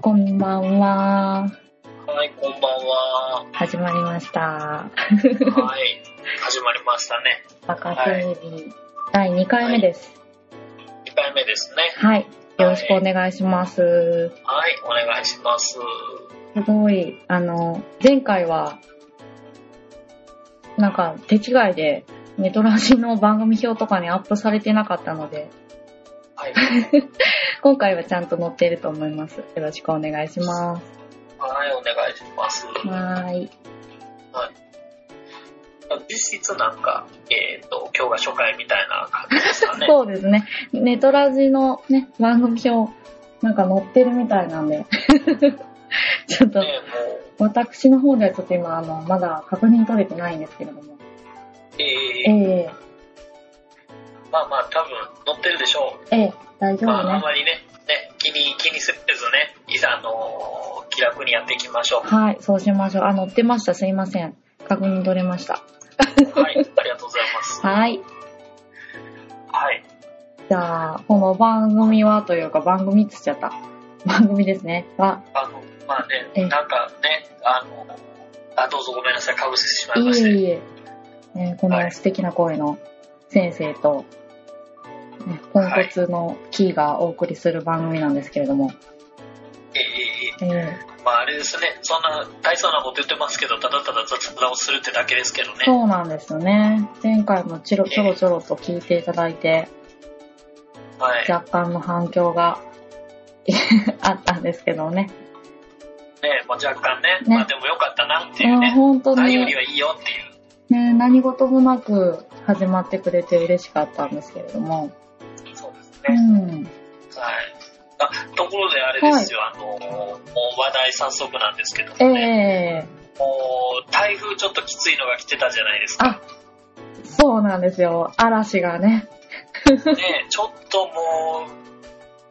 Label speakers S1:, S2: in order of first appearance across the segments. S1: こんばんは。
S2: はい、こんば んは。
S1: 始まりました。
S2: はい。始まりましたね。
S1: バカテレビ、第2回目です。
S2: 2回目ですね。
S1: はい。よろしくお願いします。
S2: はい、お願いします。
S1: すごい、あの、前回は、なんか手違いで、ネトラジの番組表とかにアップされてなかったので、
S2: はい。
S1: 今回はちゃんと載っていると思います。よろしくお願いします。
S2: はい、お願いします。
S1: はーい。
S2: 実質なんか、えっ、と、今日が初回みたいな感じですかね。
S1: そうですね。ネトラジのね、番組表、なんか載ってるみたいなんで、 ちょっと、
S2: ね、もう、
S1: 私の方ではちょっと今、あの、まだ確認取れてないんですけれども。え
S2: えー
S1: え
S2: まあまあ、多分乗ってるでしょ
S1: ええ大
S2: う。
S1: 丈
S2: まあ、
S1: 夫
S2: あ
S1: ね。
S2: まりね、ね、気に、気にせずね、いざ、あのー気楽にやっていきましょう。
S1: はい、そうしましょう。あ、乗ってました。すいません。確認取れました。
S2: はい、ありがとうございます。
S1: はい。
S2: はい。
S1: じゃあ、この番組はというか、番組っつっちゃった。番組ですね。は、
S2: あの、まあ
S1: ええ
S2: ね、なんかね、あの、あ、どうぞごめんなさい、かぶせてしまい
S1: い
S2: まし
S1: え
S2: て。
S1: いえ、えーこ
S2: は
S1: の
S2: い
S1: 素敵な声の先生と、ねポンコツのキーがお送りする番組なんですけれども、
S2: えええ
S1: ええ
S2: えまああれですね、そんな大層なこと言ってますけど、ただただ雑談をするってだけですけどね。
S1: そうなんですよね。前回もちょろちょろちょろと聞いていただいて、
S2: はい。ね
S1: 若干の反響が あったんですけどね。
S2: まあ、若干ね
S1: ね
S2: まあでもよかったなっていう
S1: うん
S2: ね。
S1: 本当
S2: ないより
S1: に、
S2: はいいよっていう。
S1: ね、何事もなく始まってくれて嬉しかったんですけれども。
S2: そうです
S1: う
S2: ね。
S1: ん。
S2: はい。あ、ところであれですよ、あの、もう話題早速なんですけども
S1: え
S2: ね、
S1: え
S2: もう台風ちょっときついのが来てたじゃないですか。
S1: あ、そうなんですよ。嵐がね。
S2: ね、ちょっともう、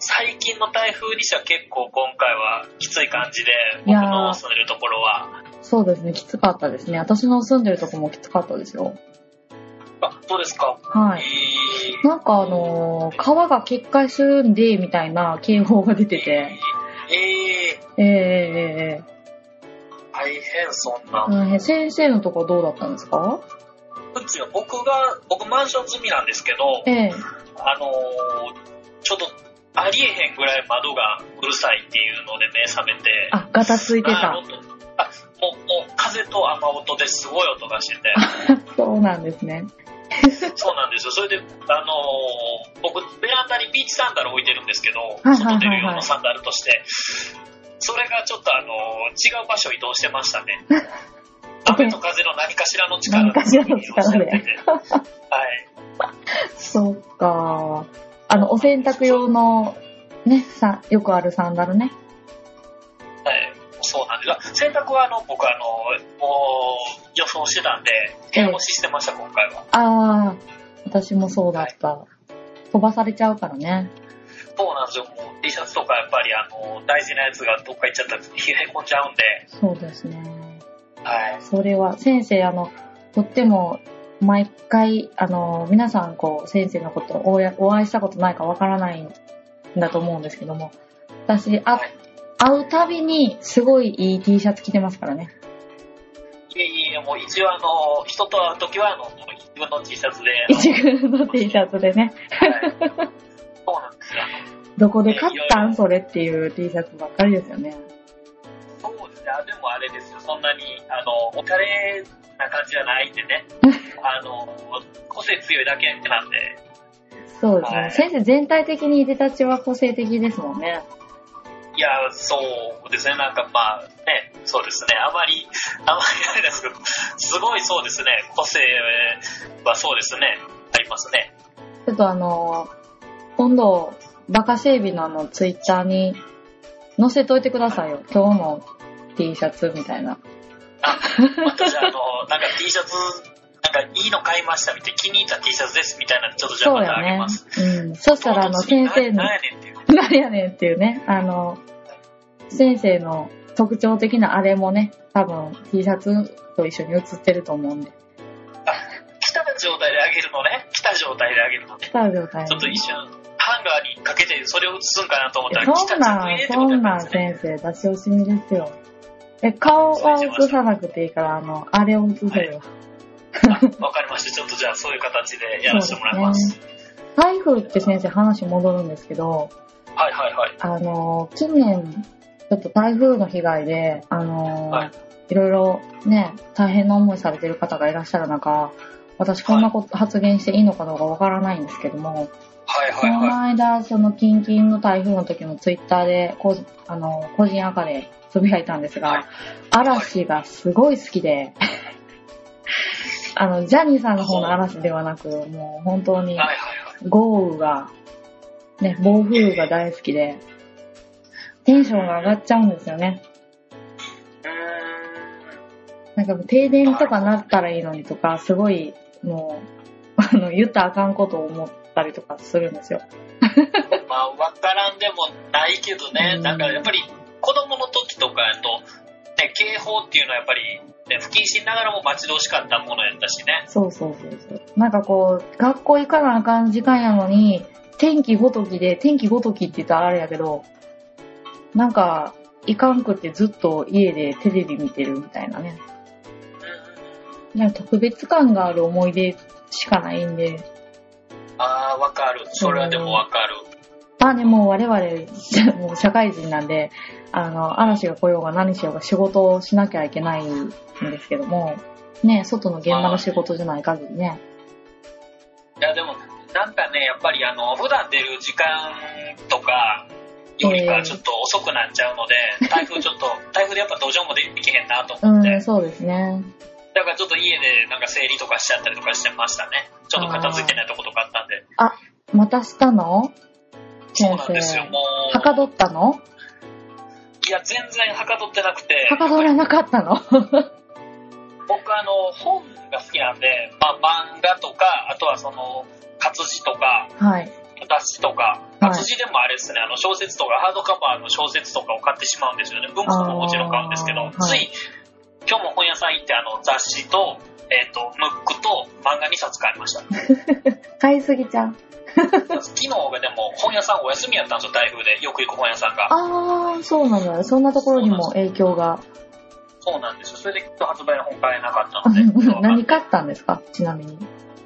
S2: 最近の台風にしては結構今回はきつい感じで、
S1: い
S2: 僕
S1: やー
S2: の住んでるところは。
S1: そうですね。きつかったですね。私の住んでるとこもきつかったですよ。
S2: あ、どうですか
S1: はい。
S2: えー
S1: なんかあのー川が決壊するんで、みたいな警報が出てて。
S2: えー、
S1: ええええええ
S2: 大変そんな、う
S1: うん先生のとこどうだったんですか
S2: ちは僕が僕マンション住みなんですけど
S1: ええ
S2: あのーちょっとありえへんぐらい窓がうるさいっていうので目覚めて
S1: あ、ガタついて
S2: あの
S1: た。
S2: あもうもう風と雨音ですごい音がしてて
S1: そうなんですね。
S2: そうなんですよそれで、あのー僕ベランダにビーチサンダル置いてるんですけど、
S1: はいはい
S2: 外出る用のサンダルとしてそれがちょっと、あのー違う場所移動してまし たね雨と風の何かしらの力
S1: 何かしらの力 で
S2: 移動しててはい
S1: そっか。あの、お洗濯用の、ね、さ、よくあるサンダルね。
S2: はい、そうなんです。洗濯はあの僕あのもう予想してたんで、部屋干ししてました、今回は。
S1: あー、私もそうだった。飛ばされちゃうからね。
S2: そうなんですよ、もう T シャツとかやっぱりあの大事なやつがどっか行っちゃったらへこんじゃうんで、
S1: そうですね。
S2: はい。
S1: それは、先生、あの、とっても、毎回、あの、皆さん、こう、先生のことおや、お会いしたことないかわからないんだと思うんですけども、私、あ
S2: はい
S1: 会うたびに、すごいいい T シャツ着てますからね。
S2: いえいえ、もう一応あの、人と会うときはあの、もう自分の T シャツで、
S1: 一軍の T シャツでね、
S2: はいそうなんですよ。
S1: どこで買った
S2: え
S1: んそれっていう T シャツばっかりですよね。
S2: そうですね、あでもあれですよ、そんなに、あの、おしゃれな感じじゃないんでね、あの、個性強いだけなんで、
S1: そうですね。
S2: はい
S1: 先生全体的にいでたちは個性的ですもんね。
S2: いや、そうですね、なんかまあ、ね、そうですね、あまり、あまりあれですけど、すごいそうですね、個性はそうですね、ありますね。
S1: ちょっとあの、今度、バカ整備のあの、ツイッターに載せといてくださいよ。今日の T シャツみたいな。
S2: またじゃあ、あの、なんか T シャツ、なんかいいの買いましたみたいな、気に入った T シャツですみたいな、ちょっとじゃあ
S1: そう
S2: また
S1: よ
S2: あげ
S1: ね
S2: ます。。
S1: うん。そしたらあの、先生の
S2: な、んやねんっていう
S1: なんやねんっていうね、あの、先生の特徴的なあれもね、多分 T シャツと一緒に写ってると思うんで、
S2: 来た状態であげるのね、来た状態であげるのね。
S1: 来た状態
S2: ちょっと一瞬、はハンガーにかけてそれを映すんかなと思ったら、
S1: そん
S2: 北
S1: な
S2: 着入れ
S1: ん、
S2: ってこ
S1: そ
S2: と
S1: ん
S2: や
S1: な
S2: っ
S1: ん
S2: たんですね。
S1: 先生、出し惜しみですよ。え、顔は映さなくていいから、あの、あれを映せよ。
S2: あわかりました。ちょっとじゃあそういう形でやらせてもらいます。
S1: 台風って先生話戻るんですけど、
S2: はいはいはい。
S1: あの、近年、ちょっと台風の被害で、あの、
S2: はい
S1: い、ろいろね、大変な思いされてる方がいらっしゃる中、私こんなこと、発言していいのかどうかわからないんですけども、
S2: はい
S1: こ
S2: はいはい。
S1: の間、その、近々の台風の時もツイッターで、こうあの、個人赤でつぶやいたんです
S2: はい
S1: が、嵐がすごい好きで、 あの、ジャニーさんの方の嵐ではなく、もう本当に
S2: はいはいはい。
S1: 豪雨が、ね、暴風雨が大好きで、テンションが上がっちゃうんですよね。
S2: う
S1: なんかもう停電とかなったらいいのにとか、すごい、もう、あの、言ったらあかんことを思ったりとかするんですよ。
S2: ーん。まあ、わからんでもないけどね
S1: う。ん
S2: なんかやっぱり子供の時とかやと、ね、警報っていうのはやっぱり、ね、不謹慎ながらも待ち遠しかったものやったしね。
S1: そうそうそうそう。なんかこう、学校行かなあかん時間やのに、天気ごときで、天気ごときって言ったらあれやけど、なんか、行かんくってずっと家でテレビ見てるみたいなね。
S2: うん
S1: なんか特別感がある思い出しかないんで。
S2: ああ、わかる。それはでもわかる。
S1: まあね、もう我々、 もう社会人なんで、あの、嵐が来ようが何しようが仕事をしなきゃいけないんですけども、ね、外の現場の仕事じゃない限りね。
S2: いや、でも、なんかね、やっぱりあの、普段出る時間とか、より
S1: え
S2: か
S1: ー
S2: ちょっと遅くなっちゃうの で、台風ちょっと、台風でやっぱ土壌もできへんなと
S1: う
S2: 思って、
S1: ん、そうですね。
S2: だからちょっと家でなんか整理とかしちゃったりとかしてましたね。ちょっと片付けないとことかあったんで。
S1: またしたの
S2: そうなんですよ、もう。
S1: はかどったの
S2: いや、全然はかどってなくて
S1: は、かどらなかったの
S2: 僕あの、本が好きなんで、まあ漫画とか、あとはその、活字とか、
S1: はい。
S2: 雑誌とか、
S1: はい
S2: 活字でもあれですね、あの小説とか、ハードカバーの小説とかを買ってしまうんですよね。文庫ももちろん買うんですけ
S1: あ
S2: ど、
S1: ー
S2: つ、
S1: はい
S2: 今日も本屋さん行って、あの、雑誌と、えっ、と、ムックと漫画2冊買い ました。
S1: 買いすぎちゃう。
S2: 昨日がでも本屋さんお休みやったんですよ、台風で。よく行く本屋さんが。
S1: あー、そうなんだ。そんなところにも影響が。
S2: そうなんですよ。それで今日発売の本買えなかったので。今日は
S1: 何買ったんですかちなみに。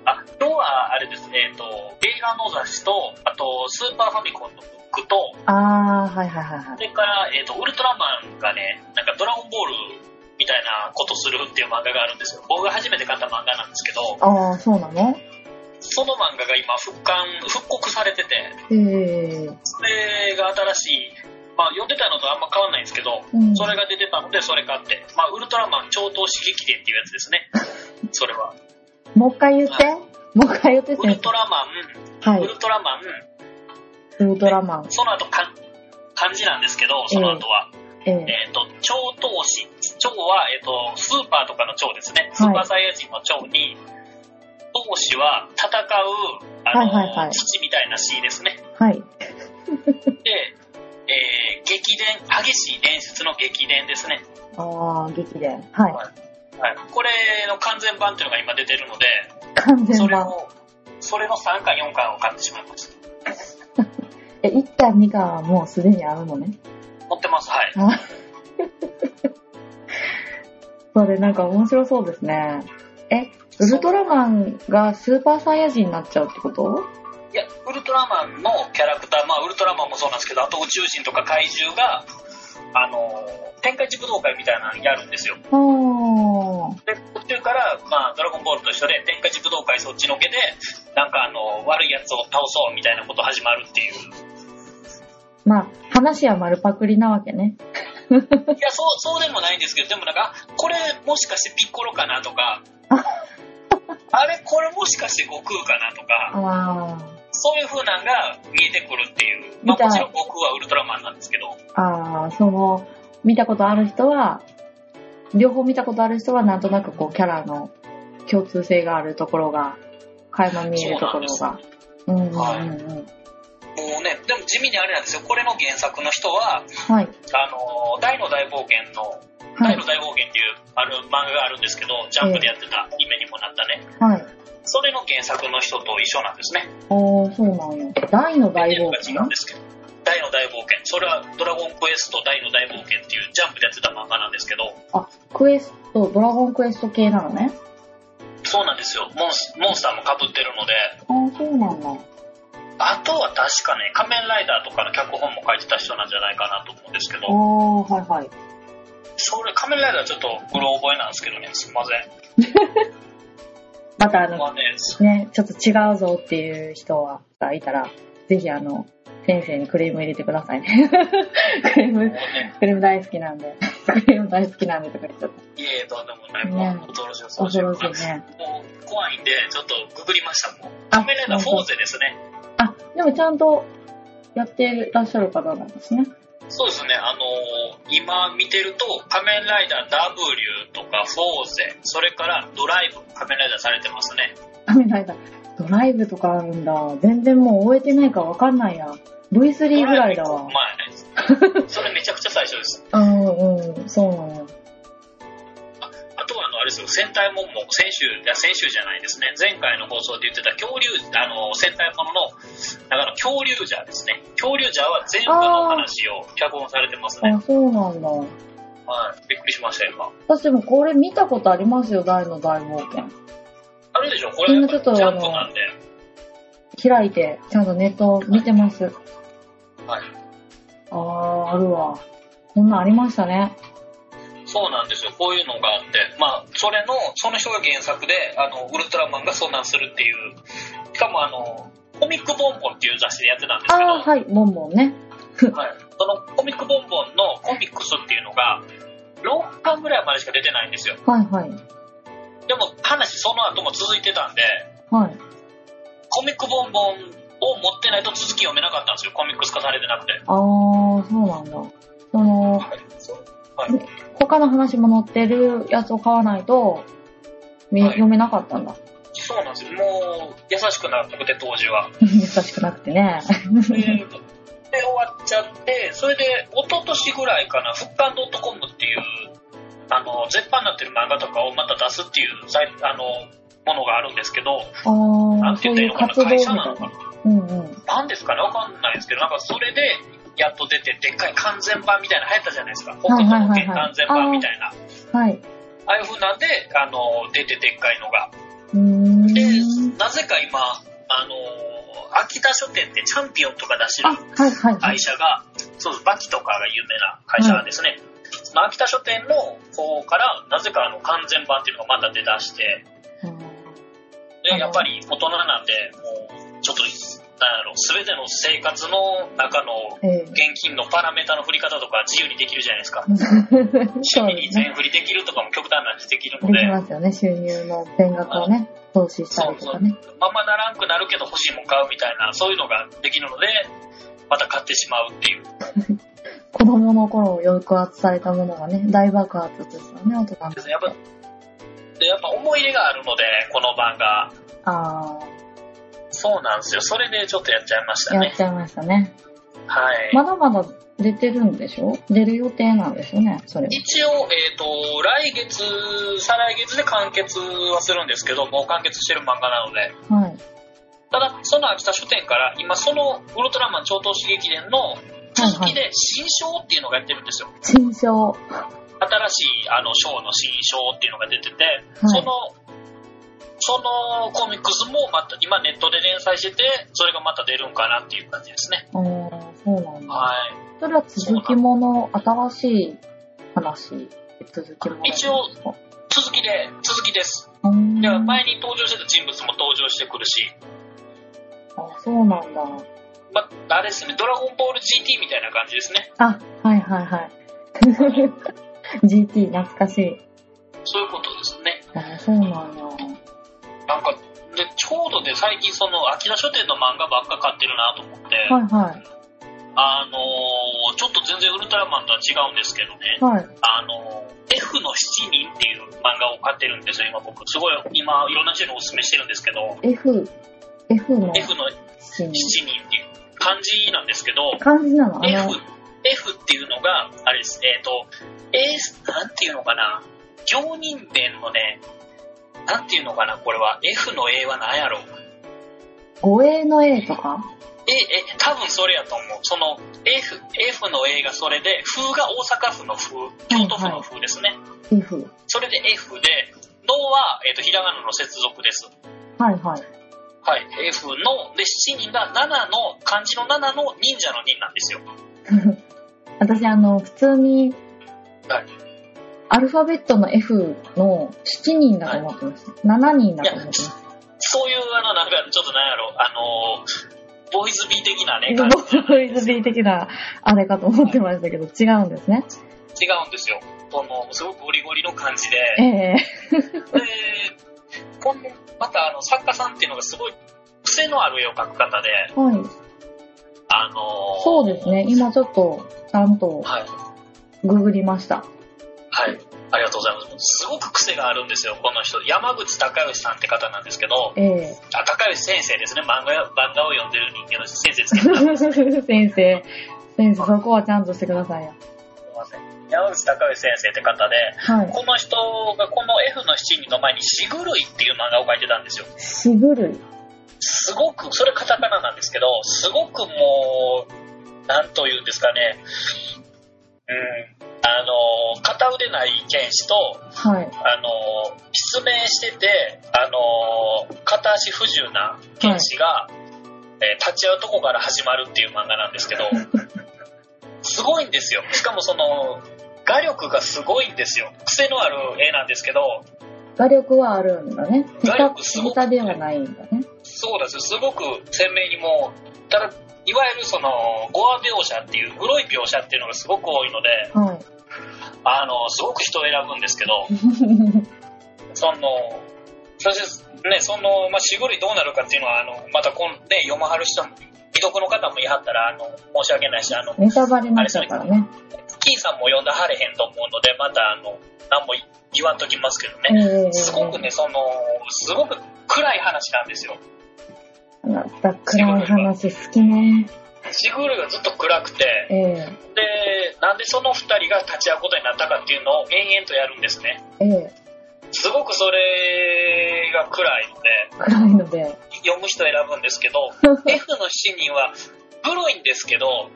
S2: あ、今日はあれです、えっ、と、映画の雑誌と、あと、スーパーファミコンのムックと、
S1: あー、はいはいはいはい
S2: そ。れから、えっ、と、ウルトラマンがね、なんかドラゴンボールみたいなことするっていう漫画があるんですよ。僕が初めて買った漫画なんですけど、
S1: あー、そうなの
S2: その漫画が今復刊、復刻されてて、
S1: えー、
S2: それが新しい、まあ読んでたのとあんま変わんないんですけど、
S1: うん。
S2: それが出てたのでそれ買って、まあウルトラマン超等刺激伝っていうやつですね。 それは。
S1: もう一回言って。もう一回言って
S2: ウル
S1: 先
S2: トラマン、
S1: 生。は
S2: ウ
S1: い。
S2: ルトラマン、
S1: ウルトラマン。
S2: その後かん漢字なんですけど、その後は、
S1: え
S2: えっ、と、超投資。超は、えっ、と、スーパーとかの超ですね。
S1: い
S2: スーパーサイヤ人の超に、投資は戦う、あの、
S1: はいはいはい
S2: 土みたいな C ですね。
S1: ー、はい。
S2: で、えー激伝、激しい伝説の激伝ですね。
S1: あー、劇で。はい。
S2: はい。これの完全版っていうのが今出てるので、
S1: 完
S2: そ
S1: 全
S2: れ
S1: 版。
S2: を、それの3巻、4巻を買ってしまいました。
S1: え、1巻2巻はもうすでにあるのね。
S2: 持ってます、はい。
S1: あそれなんか面白そうですね。え、ウルトラマンがスーパーサイヤ人になっちゃうってこと
S2: いや、ウルトラマンのキャラクター、まあ、ウルトラマンもそうなんですけど、あと宇宙人とか怪獣が、あのー、天下一武道会みたいなのやるんですよ。
S1: あー
S2: で、途中から、まあ、ドラゴンボールと一緒で、天下一武道会そっちのけで、なんか、あのー、悪いやつを倒そうみたいなこと始まるっていう。
S1: まあ、話は丸パクリなわけね。
S2: いや、そう、そうでもないんですけど、でもなんか、あこれもしかしてピッコロかなとか、あれ、これもしかして悟空かなとか、
S1: あ
S2: そういう風なんが見えてくるっていう。
S1: 見
S2: まあ、
S1: た
S2: もちろん悟空はウルトラマンなんですけど。
S1: ーあー、その、見たことある人は、両方見たことある人はなんとなくこうキャラの共通性があるところが、垣間見えるところ
S2: そうな
S1: が。うんうんうん
S2: はい
S1: うん。
S2: もうね、でも地味にあれなんですよ。これの原作の人は、
S1: はい。
S2: あの、大の大冒険の、
S1: は
S2: 大
S1: い
S2: の。大冒険っていうある漫画があるんですけど、ジャンプでやってた、夢にもなったね。
S1: はい。
S2: それの原作の人と一緒なんですね。
S1: あー、そうなんや。大の大
S2: テ
S1: 冒
S2: ーマが違
S1: 険
S2: うんですけど大の大冒険それは「ドラゴンクエスト大の大冒険」っていうジャンプでやってた漫画なんですけど
S1: あ、クエスト、ドラゴンクエスト系なのね。
S2: そうなんですよモンスモンスターもかぶってるので
S1: あー、そうなんだ。
S2: あとは確かね「仮面ライダー」とかの脚本も書いてた人なんじゃないかなと思うんですけ
S1: あー、
S2: ど
S1: はいはい。
S2: それ仮面ライダーちょっとうろ覚えなんですけどねすいません
S1: またあの
S2: ま、あねそ
S1: ね、ちょっと違うぞっていう人がいたら、ぜひあの、先生にクレーム入れてくださいね。 クレー
S2: う
S1: ム、
S2: ね
S1: クレーム大好きなんで。クレーム大好きなんでとか言っちゃった。
S2: いえとんでもない、
S1: ね
S2: もう恐ろしい恐ろしい
S1: 恐ろしいね。
S2: もう怖いんでちょっとググりましたもう
S1: あ
S2: 仮面ライダーフォーゼですね
S1: あ、でもちゃんとやってらっしゃる方なんですね。
S2: そうですね、あのー今見てると、仮面ライダー W とかフォーゼ、それからドライブ、仮面ライダーされてますね。
S1: ダメなんだ。ドライブとかあるんだ。全然もう終えてないからわかんないや。V3 ぐらいだわ。
S2: ドラ イブ行く前それめちゃくちゃ最初です。
S1: うんうん、そうなのよ。
S2: あとは、あの、あれですよ、戦隊もんも、先週、いや、先週じゃないですね、前回の放送で言ってた恐竜、あの、戦隊ものの、だから恐竜ジャーですね。恐竜ジャーは全部の話を脚本されてますね。
S1: あ、そうなんだ。
S2: はい。びっくりしました、今。
S1: 私もこれ見たことありますよ、大の大冒険。
S2: あるでしょこれ、やっぱりジャンプなんで。
S1: 開いて、ちゃんとネット見てます。
S2: はい。
S1: あー、あるわ。そんなんありましたね。
S2: そうなんですよ。こういうのがあって、まあ、それの、その人が原作で、あの、ウルトラマンが遭難するっていう、しかもあの、コミックボンボンっていう雑誌でやってたんです
S1: あ
S2: けど、
S1: ー、はい、ボンボンね。
S2: はいそのコミックボンボンのコミックスっていうのが、6巻ぐらいまでしか出てないんですよ。
S1: はいはい。
S2: でも、話その後も続いてたんで、
S1: はい。
S2: コミックボンボンを持ってないと続き読めなかったんですよ。コミックス化されてなくて。
S1: あー、そうなんだ。その、
S2: そうはい
S1: うん他の話も載ってるやつを買わないと、み
S2: はい
S1: 読めなかったんだ。
S2: そうなんですよ。もう、優しくなって、当時 は。
S1: 優しくなくてね。
S2: えーとで、終わっちゃって、それで、一昨年ぐらいかな、復刊 .com っていう、あの、絶版になってる漫画とかをまた出すっていう、さいあの、ものがあるんですけど、
S1: あ
S2: な
S1: ー、
S2: んて
S1: そ
S2: 言
S1: う
S2: ったら
S1: い
S2: いういの
S1: 活動みたい
S2: かな、会社なのか
S1: な。
S2: な。
S1: うんうん。
S2: なんですかね、わかんないですけど、なんかそれで、やっと出て、でっかい完全版みたいなの流行ったじゃないですか。
S1: い
S2: 北
S1: はい
S2: 斗
S1: は
S2: の
S1: いはい
S2: 拳完全版みたいな。
S1: はい。
S2: ああいう風なんで、あの、出てでっかいのが。
S1: うーん。
S2: で、なぜか今、あの、秋田書店ってチャンピオンとか出してる
S1: あ、はいはいはい
S2: 会。社が、そうです、バキとかが有名な会社ですね。その秋田書店の方から、なぜかあの完全版っていうのがまた出だして、
S1: あ
S2: で、
S1: の
S2: やっぱり大人なんで、もう、ちょっと、なんやろ、すべての生活の中の
S1: うんえ
S2: 現金のパラメータの振り方とか自由にできるじゃないですか。
S1: え
S2: 趣
S1: そう
S2: 味
S1: で
S2: に
S1: すね。
S2: 全振りできるとかも極端な話できるの
S1: でき
S2: で、
S1: ますよね、収入の全額をね、投資した
S2: そ
S1: り
S2: う
S1: と
S2: そう
S1: かね。、
S2: ままならんくなるけど欲しいもん買うみたいな、そういうのができるので、また買ってしまうっていう。
S1: 子供の頃抑圧されたものがね、大爆発ですよね、大人
S2: ですねやっぱでやっぱ思い入れがあるので、この漫画。
S1: あ
S2: そうなんですよ。それでちょっとやっちゃいまし
S1: あ、
S2: た
S1: や
S2: ね
S1: っ。ちゃいましたね。
S2: はい。
S1: まだまだ出てるんでしょ出る予定なんですよね、それは。
S2: 一応、えっ、と、来月、再来月で完結はするんですけど、もう完結してる漫画なので。
S1: はい。
S2: ただ、その秋田書店から、今、そのウルトラマン超等刺激伝の続きで、新章っていうのがやってるんですよ。
S1: 新章。
S2: 新しい、あの、章の新章っていうのが出てて、
S1: は
S2: そ
S1: い。
S2: の、そのコミックスもまた、今ネットで連載してて、それがまた出るんかなっていう感じですね。
S1: あーそうなんだ。
S2: はい。
S1: それは続きもの、新しい話、続きもの。
S2: 一応、続きで、続きです。
S1: うん
S2: では前に登場してた人物も登場してくるし、
S1: あ、そうなんだ。
S2: まあ、あれですね、ドラゴンボール GT みたいな感じですね。
S1: あ、はいはい はい。GT、懐かしい。
S2: そういうことですね。
S1: あ、そうなんだ。
S2: なんか、で、ちょうどで最近その、秋田書店の漫画ばっか買ってるなと思って、
S1: はいは
S2: あのーちょっと全然ウルトラマンとは違うんですけどね
S1: い。、はい。
S2: あのー F の7人っていう漫画を買ってるんですよ、今僕。すごい、今、いろんな人にお勧めしてるんですけど、
S1: F、F の
S2: F の7
S1: 7人。
S2: 人っていう漢字なんですけど、
S1: 漢字なのあの、
S2: F, F っていうのが、あれです、えっ、と、えーなんていうのかな、行人弁のね、なんていうのかな、これは、F の A は何やろう
S1: 護衛の A とか
S2: え、え、多分それやと思う。その F、F の A がそれで、風が大阪府の風、京都府の風ですね。
S1: F。
S2: それで F で、のは、えっ、と、ひらがなの接続です。
S1: はいはい。
S2: はい。F の、で、7人が7の、漢字の7の忍者の忍なんですよ。
S1: 私、あの、普通に
S2: はい。
S1: アルファベットの F の7人だと思ってました。7人だと思ってました。
S2: そういう、あの、なんか、ちょっとなんやろ、あのーボーイズビー的なね、
S1: ボ
S2: 感じ
S1: ーイズビー的なあれかと思ってましたけど、違うんですね。
S2: 違うんですよ。この、すごくゴリゴリの感じで。
S1: ええ
S2: で、この、また、あの、作家さんっていうのがすごい、癖のある絵を描く方で、
S1: はい。
S2: あのー
S1: そうですね。今ちょっと、ちゃんと
S2: はい。
S1: ググりました。
S2: はい。ありがとうございます。すごく癖があるんですよ、この人。山口隆義さんって方なんですけど、
S1: ええ
S2: あ、隆義先生ですね。漫画や、漫画を読んでる人間の先生ですけど、すい
S1: 先生、先生、そこはちゃんとしてくださいよ。
S2: ません。山口隆義先生って方で、
S1: はい。
S2: この人がこの F の7人の前に「しぐるい」っていう漫画を描いてたんですよ
S1: しぐるい。
S2: すごくそれカタカナなんですけどすごくもうなんというんですかねうんあの片腕ない剣士と
S1: はい。
S2: あの失明しててあの片足不自由な剣士が、えー立ち会うとこから始まるっていう漫画なんですけどすごいんですよしかもその画力がすごいんですよ癖のある絵なんですけど
S1: 画力はあるんだね。
S2: 画
S1: 下
S2: 力すごく
S1: 下手ではないんだね。
S2: そうなんですよすごく鮮明にもうただいわゆるそのゴア描写っていうグロい描写っていうのがすごく多いので
S1: は
S2: あのすごく人を選ぶんですけど
S1: い。
S2: そのそしてねその、まあ、しぐりどうなるかっていうのはあのまたこん、ね、読まはる人も未読の方も言いはったらあの申し訳ないしあの
S1: ネタバレになっちゃうからね。
S2: キーさんも読んだはれへんと思うのでまたあの何も言わんときますけどね
S1: ええ
S2: すごくねそのすごく暗い話なんですよ
S1: あなた、暗い話好きね。
S2: しぐるがずっと暗くて
S1: ええ
S2: でなんでその2人が立ち会うことになったかっていうのを延々とやるんですね
S1: ええ
S2: すごくそれが暗いので
S1: 暗いので。
S2: 読む人選ぶんです けど F の7人はグロいんですけど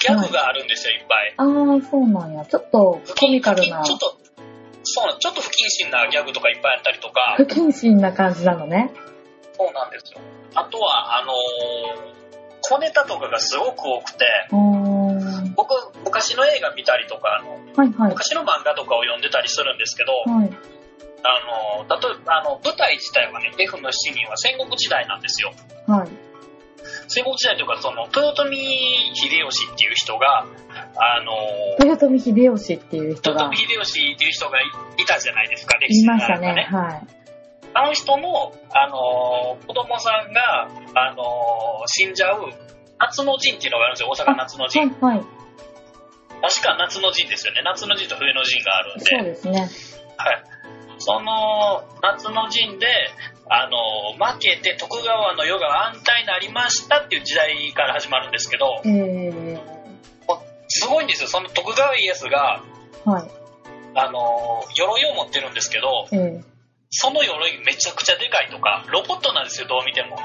S2: ギャグがあるんですよいっぱい
S1: ああ、そうなんや。ちょっとコ
S2: 不謹
S1: ミカルな
S2: ちょ、っとそうなんちょっと不謹慎なギャグとかいっぱいあったりとか
S1: 不謹慎な感じなのね。
S2: そうなんですよあとはあのー小ネタとかがすごく多くて
S1: うーん。は
S2: 僕昔の映画見たりとかあの
S1: いはい。
S2: 昔の漫画とかを読んでたりするんですけど、
S1: はい。
S2: あの、例えば、あの、舞台自体はね、F の7人は戦国時代なんですよ。
S1: はい。
S2: 戦国時代というか、その、豊臣秀吉っていう人が、あの、
S1: 豊臣秀吉っていう人
S2: 豊
S1: が
S2: 臣秀吉っていう人がいいたじゃないですか、歴
S1: い
S2: 史の
S1: まし
S2: 中
S1: た
S2: で
S1: ね。はい。
S2: あの人の、あの、子供さんが、あの、死んじゃう、夏の陣っていうのがあるんですよ、大阪夏の
S1: は
S2: 陣。
S1: いはい。
S2: 確か夏の陣ですよね。夏の陣と冬の陣があるん
S1: そう
S2: で、
S1: ですね。
S2: はい。その夏の陣で、あの、負けて徳川の世が安泰になりましたっていう時代から始まるんですけど、
S1: え
S2: すごいんですよ。その徳川家康が、
S1: ー、はい。
S2: あの、鎧を持ってるんですけど、
S1: えー、
S2: その鎧めちゃくちゃでかいとか、ロボットなんですよ、どう見ても。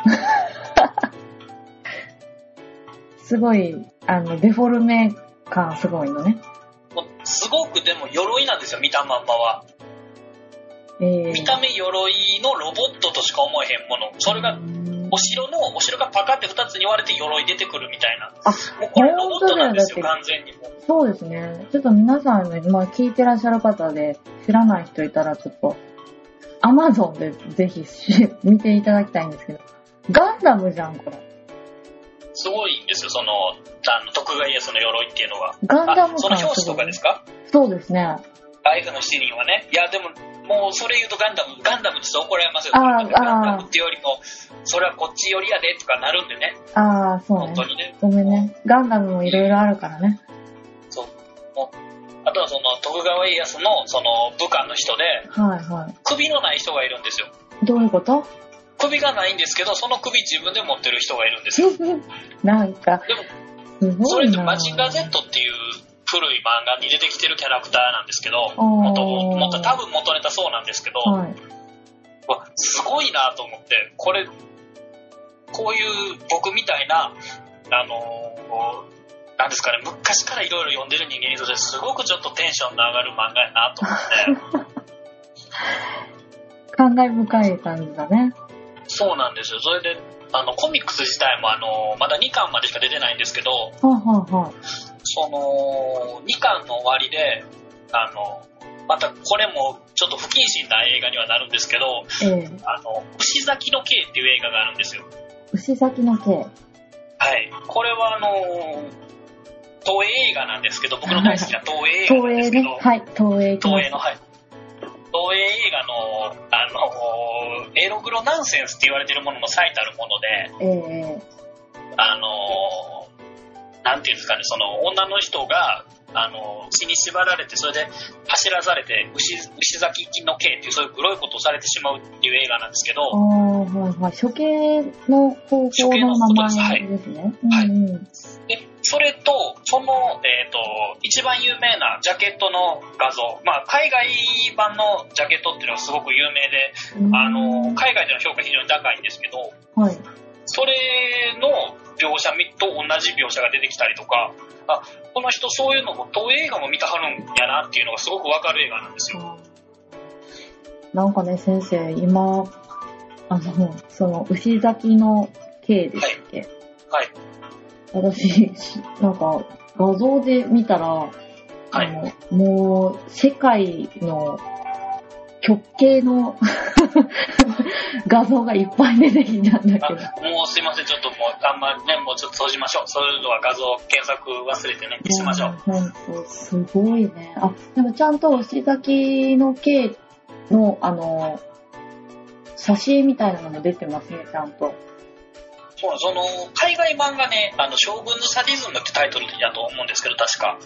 S1: すごい、あの、デフォルメ感すごいのね。
S2: もうすごくでも鎧なんですよ、見たまんまは。
S1: えー、
S2: 見た目鎧のロボットとしか思えへんもの。それが、お城の、お城がパカって2つに割れて鎧出てくるみたいな。
S1: あ、
S2: もうこれロボットなんですよ、
S1: 本
S2: 完全にもう。
S1: そうですね。ちょっと皆さん、今聞いてらっしゃる方で、知らない人いたら、ちょっと、アマゾンでぜひ し見ていただきたいんですけど、ガンダムじゃん、これ。
S2: すごいんですよ、その、あの徳川家康の鎧っていうのは。
S1: ガンダ
S2: あ
S1: ム感
S2: その表紙とかですか
S1: そうですね。
S2: ライフの7人はね。いや、でも、もうそれ言うとガンダム、ガンダム実は怒られますよ。
S1: あー
S2: ガンダ
S1: あ
S2: ム
S1: ー
S2: ってよりも、それはこっち寄りやでとかなるんでね、
S1: ああ、そう
S2: 本
S1: ね
S2: 当。にね。
S1: ごめんね。ガンダムもいろいろあるからね。
S2: そう。もうあとはその徳川家康のその部下の人で、
S1: はいは
S2: 首のない人がいるんですよ。
S1: い。どういうこと
S2: 首がないんですけど、その首自分で持ってる人がいるんですよ。
S1: なんか、
S2: でも、
S1: すごいな。
S2: それってマジンガー Z っていう古い漫画に出てきてるキャラクターなんですけど、
S1: ー
S2: 元、元、多分元ネタそうなんですけど、
S1: はい。
S2: わすごいなと思って、これ、ここういう僕みたいな、あのーなんですかね、昔からいろいろ読んでる人間にとってすごくちょっとテンションの上がる漫画やなと思って、
S1: 感慨深い感じだね。
S2: そうなんですよ。それで、あの、コミックス自体も、あのーまだ2巻までしか出てないんですけど、
S1: はあ、はあはあ、
S2: その2巻の終わりであのまたこれもちょっと不謹慎な映画にはなるんですけど
S1: ええ
S2: 「あの牛崎の刑」っていう映画があるんですよ
S1: 牛先の刑。
S2: はいこれはあの東映映画なんですけど僕の大好きな東映映画
S1: 東
S2: なんで
S1: 映
S2: すけ
S1: ね
S2: ど、。
S1: はい、東映行きま
S2: 東映
S1: す
S2: のはい東映映画の、あのエログロナンセンスって言われてるものの最たるもので、
S1: ええ
S2: あのーなんていうんですかね、その女の人が、あのー血に縛られて、それで走らされて牛、牛崎行きの刑っていう、そういうグロいことをされてしまうっていう映画なんですけど、
S1: ああ、はいはい。処刑の方法の名前ですね。
S2: はい
S1: うんうん。
S2: でそれと、その、えっ、と、一番有名なジャケットの画像、まあ、海外版のジャケットっていうのはすごく有名で、
S1: うん
S2: あのー海外での評価非常に高いんですけど、
S1: はい。
S2: それの描写と同じ描写が出てきたりとか、あこの人そういうのも、東映映画も見たはるんやなっていうのがすごくわかる映画なんですよ。
S1: なんかね、先生、今、あの、その、牛崎の刑でしたっけ
S2: はい。
S1: 私、なんか、画像で見たら、
S2: はい
S1: あの、もう、世界の極刑の 画像がいっぱい出てきたんだけど。
S2: もうすいません、ちょっともう、あんまりね、もうちょっと閉じましょう。そういうのは画像検索忘れてね、しましょう。
S1: ほんと、すごいね。あ、でもちゃんと牛崎の刑の、あの、挿絵みたいなのも出てますね、ちゃんと。
S2: そうその、海外版がね、あの、将軍のサディズムってタイトルだと思うんですけど、確か。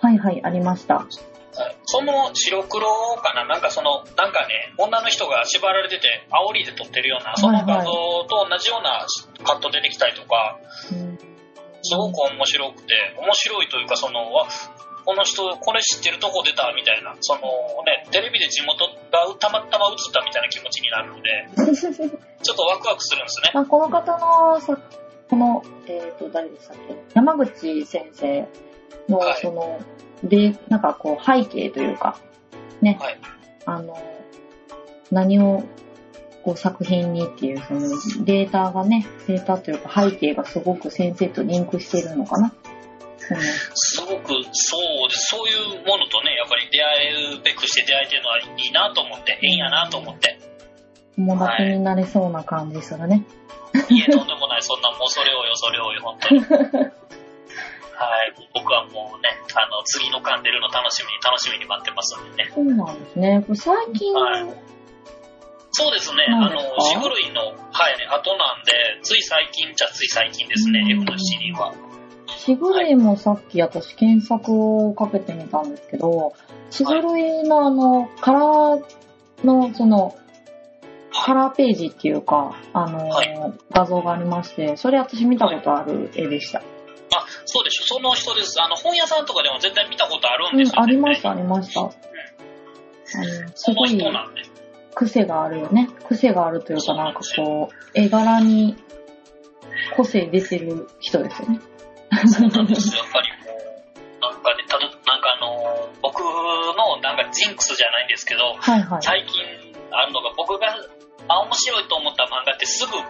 S1: はいはい、ありました。
S2: その白黒かな、なんかその、なんかね、女の人が縛られてて、煽りで撮ってるような、その画像と同じようなカット出てきたりとか、
S1: うん
S2: すごく面白くて、面白いというか、その、あこの人、これ知ってるとこ出たみたいな、そのね、テレビで地元がたまたま映ったみたいな気持ちになるので、ちょっとワクワクするんですね。
S1: まあ、この方のさ、この、えっ、と、誰でしたっけ山口先生の
S2: はい、
S1: その、で、なんかこう、背景というか、ね、
S2: はい
S1: あの、何を、こう、作品にっていう、その、データがね、データというか、背景がすごく先生とリンクしてるのかな。その
S2: すごく、そうです。そういうものとね、やっぱり出会えるべくして出会えてるのはいいなと思って、いいんやなと思って、
S1: 友達になれそうな感じするね。
S2: いえ、とんでもない、そんな、もうそれをよ、それをよ、本当に。はい、僕はもうね、あの、次の缶出るの楽しみに、楽しみに待ってますんでね。
S1: そうなんですね。これ最近、
S2: はいそうですね、
S1: な
S2: あ
S1: んですか
S2: の、ジブ類の、はい、後なんで、つい最近じゃつい最近ですね、
S1: うん
S2: F の七人は。
S1: しぐれいもさっき私検索をかけてみたんですけど、しぐれいのあの、カラーのその、カラーページっていうか、あの、
S2: はい
S1: 画像がありまして、それ私見たことある絵でした。
S2: あ、そうでしょ、その人です。あの、本屋さんとかでも絶対見たことあるん
S1: う
S2: で
S1: ん
S2: す、よ
S1: あ
S2: ね。
S1: りました、ありました。あの、す
S2: その
S1: ごい
S2: 人なんで。
S1: 癖があるよね。癖があるというか、なんかこう、絵柄に個性出てる人ですよね。
S2: そうなんですよやっぱりもう、なんかね、ただ、なんかあの、僕の、なんかジンクスじゃないんですけど、
S1: はいはい。
S2: 最近あるのが僕があ面白いと思った漫画ってすぐ、あの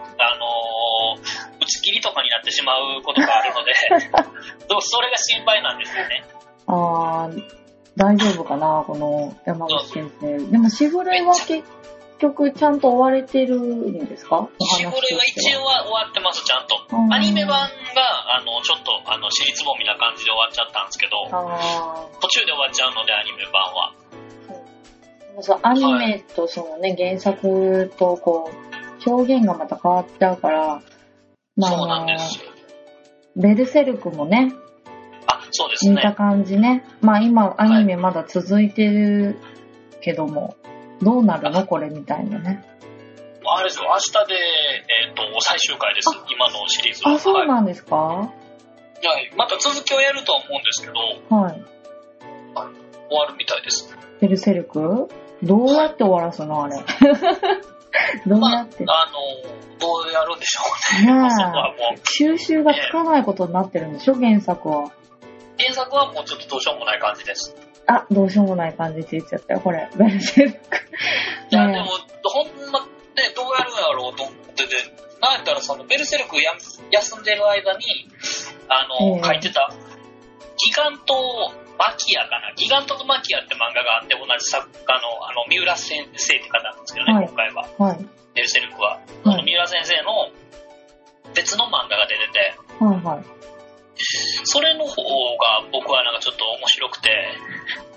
S2: ー打ち切りとかになってしまうことがある のでそうそれが心配なんですよね
S1: あー、大丈夫かな、この山口先生。でも、しぐれは結局ちゃんと追われてるんですか
S2: しぐれは一応は終わってますちゃんと
S1: 応
S2: アニメ版があのちょっとあの尻つぼみな感じで終わっちゃったんですけど
S1: あ
S2: 途中で終わっちゃうのでアニメ版は
S1: ーそうアニメとそのね、原作とこう、表現がまた変わっちゃうから、
S2: そうなんですよ
S1: ベルセルクもね、
S2: あそうです
S1: 似た
S2: ね
S1: 感じね。まあ今、アニメまだ続いてるけども、どうなるのこれみたいなね。
S2: あれですよ明日で、えっと最終回です今のシリーズは
S1: あ、そう
S2: は
S1: なんですか
S2: いはいまた続きをやるとは思うんですけど
S1: はい。
S2: 終わるみたいです
S1: ベルセル クどうやって終わらすのあれ。どうやって。
S2: あの、どうやるんでしょうね。
S1: ねえ
S2: そこはもう、
S1: 収集がつかないことになってるんでしょ、原作は。
S2: 原作はもうちょっとどうしようもない感じです。
S1: あ、どうしようもない感じって言っちゃったよ、これ。ベルセルク。
S2: いや、
S1: ねえ
S2: でも、ほんま、ね、どうやるんやろうと思ってて、なんやったら、その、ベルセルクや休んでる間に、あの、
S1: ええ
S2: 書いてた、ギガントマキアかな。ギガントとマキアって漫画があって、同じ作家の、あの、三浦先生って方なんですけどね、
S1: はい
S2: 今回は。
S1: はい。
S2: ベルセルクは。そ
S1: は
S2: の
S1: い。
S2: 三浦先生の別の漫画が出てて、
S1: はいはい。
S2: それの方が僕はなんかちょっと面白くて、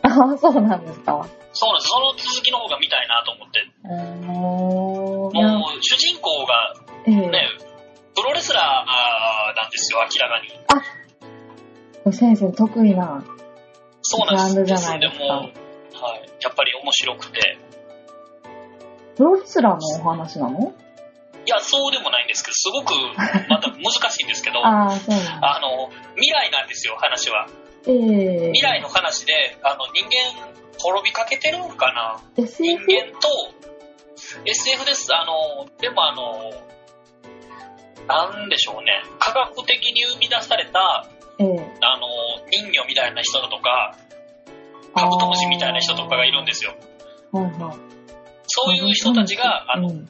S1: ああ、そうなんですか。
S2: そうなんです。その続きの方が見たいなと思って、
S1: うーん。いや
S2: もう主人公が
S1: え
S2: ね
S1: え、
S2: プロレスラーなんですよ、明らかに。
S1: 先生得意な。
S2: そうなん
S1: ジャンル
S2: です。
S1: じゃ
S2: で
S1: ない
S2: す
S1: で
S2: です
S1: か
S2: も、はい、やっぱり面白くて。
S1: プロレスラーのお話なの
S2: いや、そうでもないんですけど、す ごくまた難しいんですけど、あ
S1: ああ、そうなんだ。
S2: の、未来なんですよ、話は。
S1: ええ
S2: 未来の話で、あの、人間滅びかけてるんかな
S1: SF?
S2: 人間と、SF です。あの、でもあの、なんでしょうね。科学的に生み出された、
S1: ええ
S2: あの、人魚みたいな人だとか、カ
S1: あ
S2: ブトムシみたいな人とかがいるんですよ。
S1: ーはいはい。
S2: そういう人たちが、あの、
S1: うん
S2: あの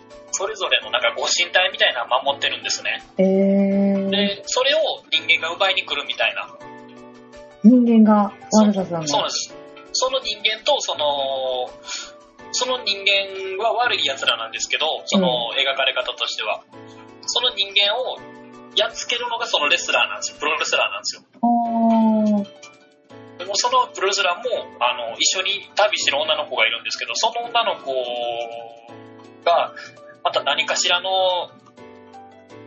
S2: ーそれぞれのなんかご身体みたいなのを守ってるんですね。
S1: ええ
S2: で、それを人間が奪いに来るみたいな。
S1: 人間が悪ささん
S2: そう
S1: の
S2: なんで。す。その人間と、その、その人間は悪い奴らなんですけど、その描かれ方としては。その人間をやっつけるのがそのレスラーなんですよ。プロレスラーなんですよ。
S1: あー
S2: もうそのプロレスラーもあの一緒に旅してる女の子がいるんですけどその女の子がまた何かしらの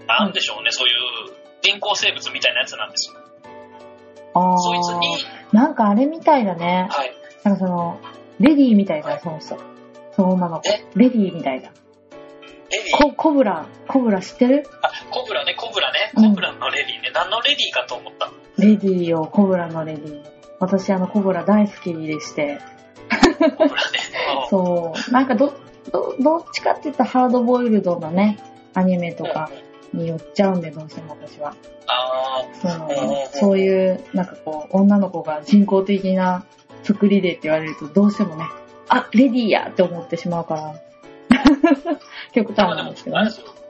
S2: なんでしょうねそういう人工生物みたいなやつなんですよ
S1: あー。
S2: そいつに、
S1: なんかあれみたいだね。
S2: はい、
S1: なんかその、レディーみたいだ、その人。その女の子
S2: え。
S1: レディーみたいだ。
S2: レディ
S1: ココブラ、コブラ知ってる
S2: あコブラねコブラね
S1: うん
S2: コブラのレディね、何のレディかと思った
S1: レディーをコブラのレディー。私あのコブラ大好きでして。
S2: コブ ラねうん
S1: そう。なんかど、ど、どっちかって言ったらハードボイルドのね、アニメとかに寄っちゃうんで、どうしても私は。
S2: あー
S1: その
S2: うん
S1: そういう、なんかこう、女の子が人工的な作りでって言われると、どうしてもね、あ、レディーやって思ってしまうから。 極端なんですけどね
S2: まあでもあれで。すよ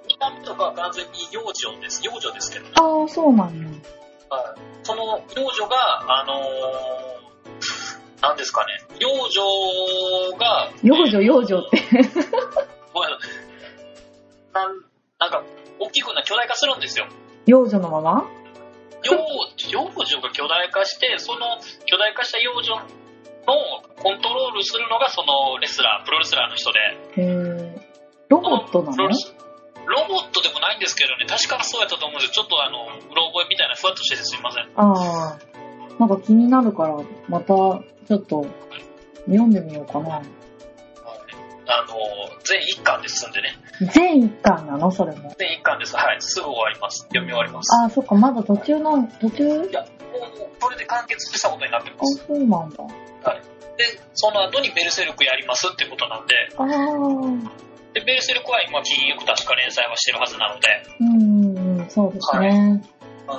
S2: 見た目とかは完全に幼女です幼女ですけどね
S1: ああ、そうなんや。
S2: はいその幼女が、あのー、なんですかね、幼女が、
S1: 幼女、幼女って。
S2: ごめんなさい なんなんか、大きくな巨大化するんですよ。
S1: 幼女のまま
S2: 幼幼女が巨大化して、その巨大化した幼女のコントロールするのが、そのレスラー、プロレスラーの人で、
S1: へーロボットな
S2: プロ
S1: の
S2: レスロボットでもないんですけどね、確かそうやったと思うんですちょっとあの、うろ覚えみたいな、ふわっとしててすいません。
S1: ああ。なんか気になるから、また、ちょっと、読んでみようかな。
S2: あのー、全1巻で済んでね。
S1: 全一巻なのそれも。
S2: 全1巻です。はい。すぐ終わります。読み終わります。
S1: ああ、そっか、まだ途中なの、途中
S2: いや、もう、これで完結したことになってま
S1: あ、
S2: す。
S1: そうなんだ。
S2: で、その後にベルセルクやりますってことなんで、
S1: ああ、うん
S2: で、ベルセルクは今、金融確か連載はしてるはずなので、
S1: うんうん、そうですね。
S2: う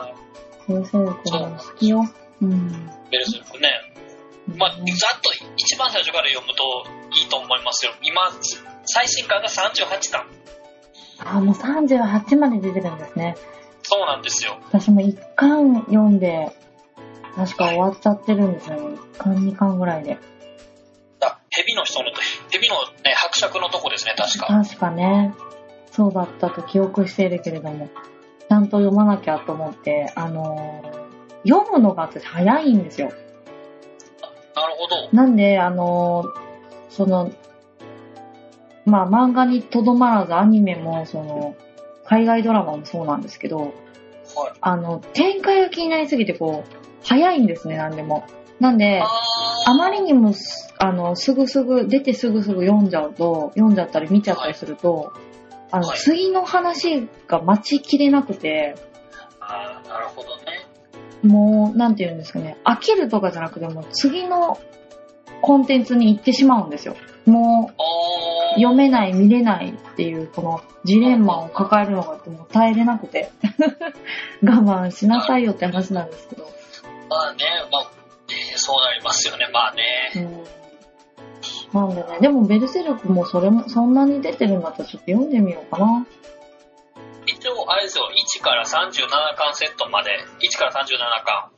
S1: 先生、これも好きよ。うん。
S2: ん、ベルセルクね、まあ、ざっと一番最初から読むといいと思いますよ。今、最新巻が38巻。
S1: ああ、もう38まで出てるんですね。
S2: そうなんですよ。
S1: 私も一巻読んで、確か終わっちゃってるんですよね。一巻、二巻ぐらいで。
S2: あ、蛇の人のと、蛇のね、伯爵のとこですね、確か。
S1: 確かね、そうだったと記憶しているけれども、ちゃんと読まなきゃと思って、あのー読むのが私早いんですよ。
S2: なるほど。
S1: なんで、あのーその、まあ漫画にとどまらずアニメも、その、海外ドラマもそうなんですけど、
S2: はい。
S1: あの、展開が気になりすぎて、こう、早いんですね、なんでも。なんで、あまりにもす、あの、すぐすぐ、出てすぐすぐ読んじゃうと、読んじゃったり見ちゃったりすると、あの、
S2: はい
S1: 次の話が待ちきれなくて、
S2: あーあー、なるほどね。
S1: もう、なんて言うんですかね、飽きるとかじゃなくても、次のコンテンツに行ってしまうんですよ。も
S2: あ
S1: う、読めない、見れないっていう、このジレンマを抱えるのがもう耐えれなくて、 我慢しなさいよって話なんですけど。
S2: まあね、まあ、えーそうなりますよね、まあね。
S1: うんなんでね、でもベルセルクもそれも、そんなに出てるんだったらちょっと読んでみようかな。
S2: 一応、あれですよ、1から37巻セットまで、1から37巻、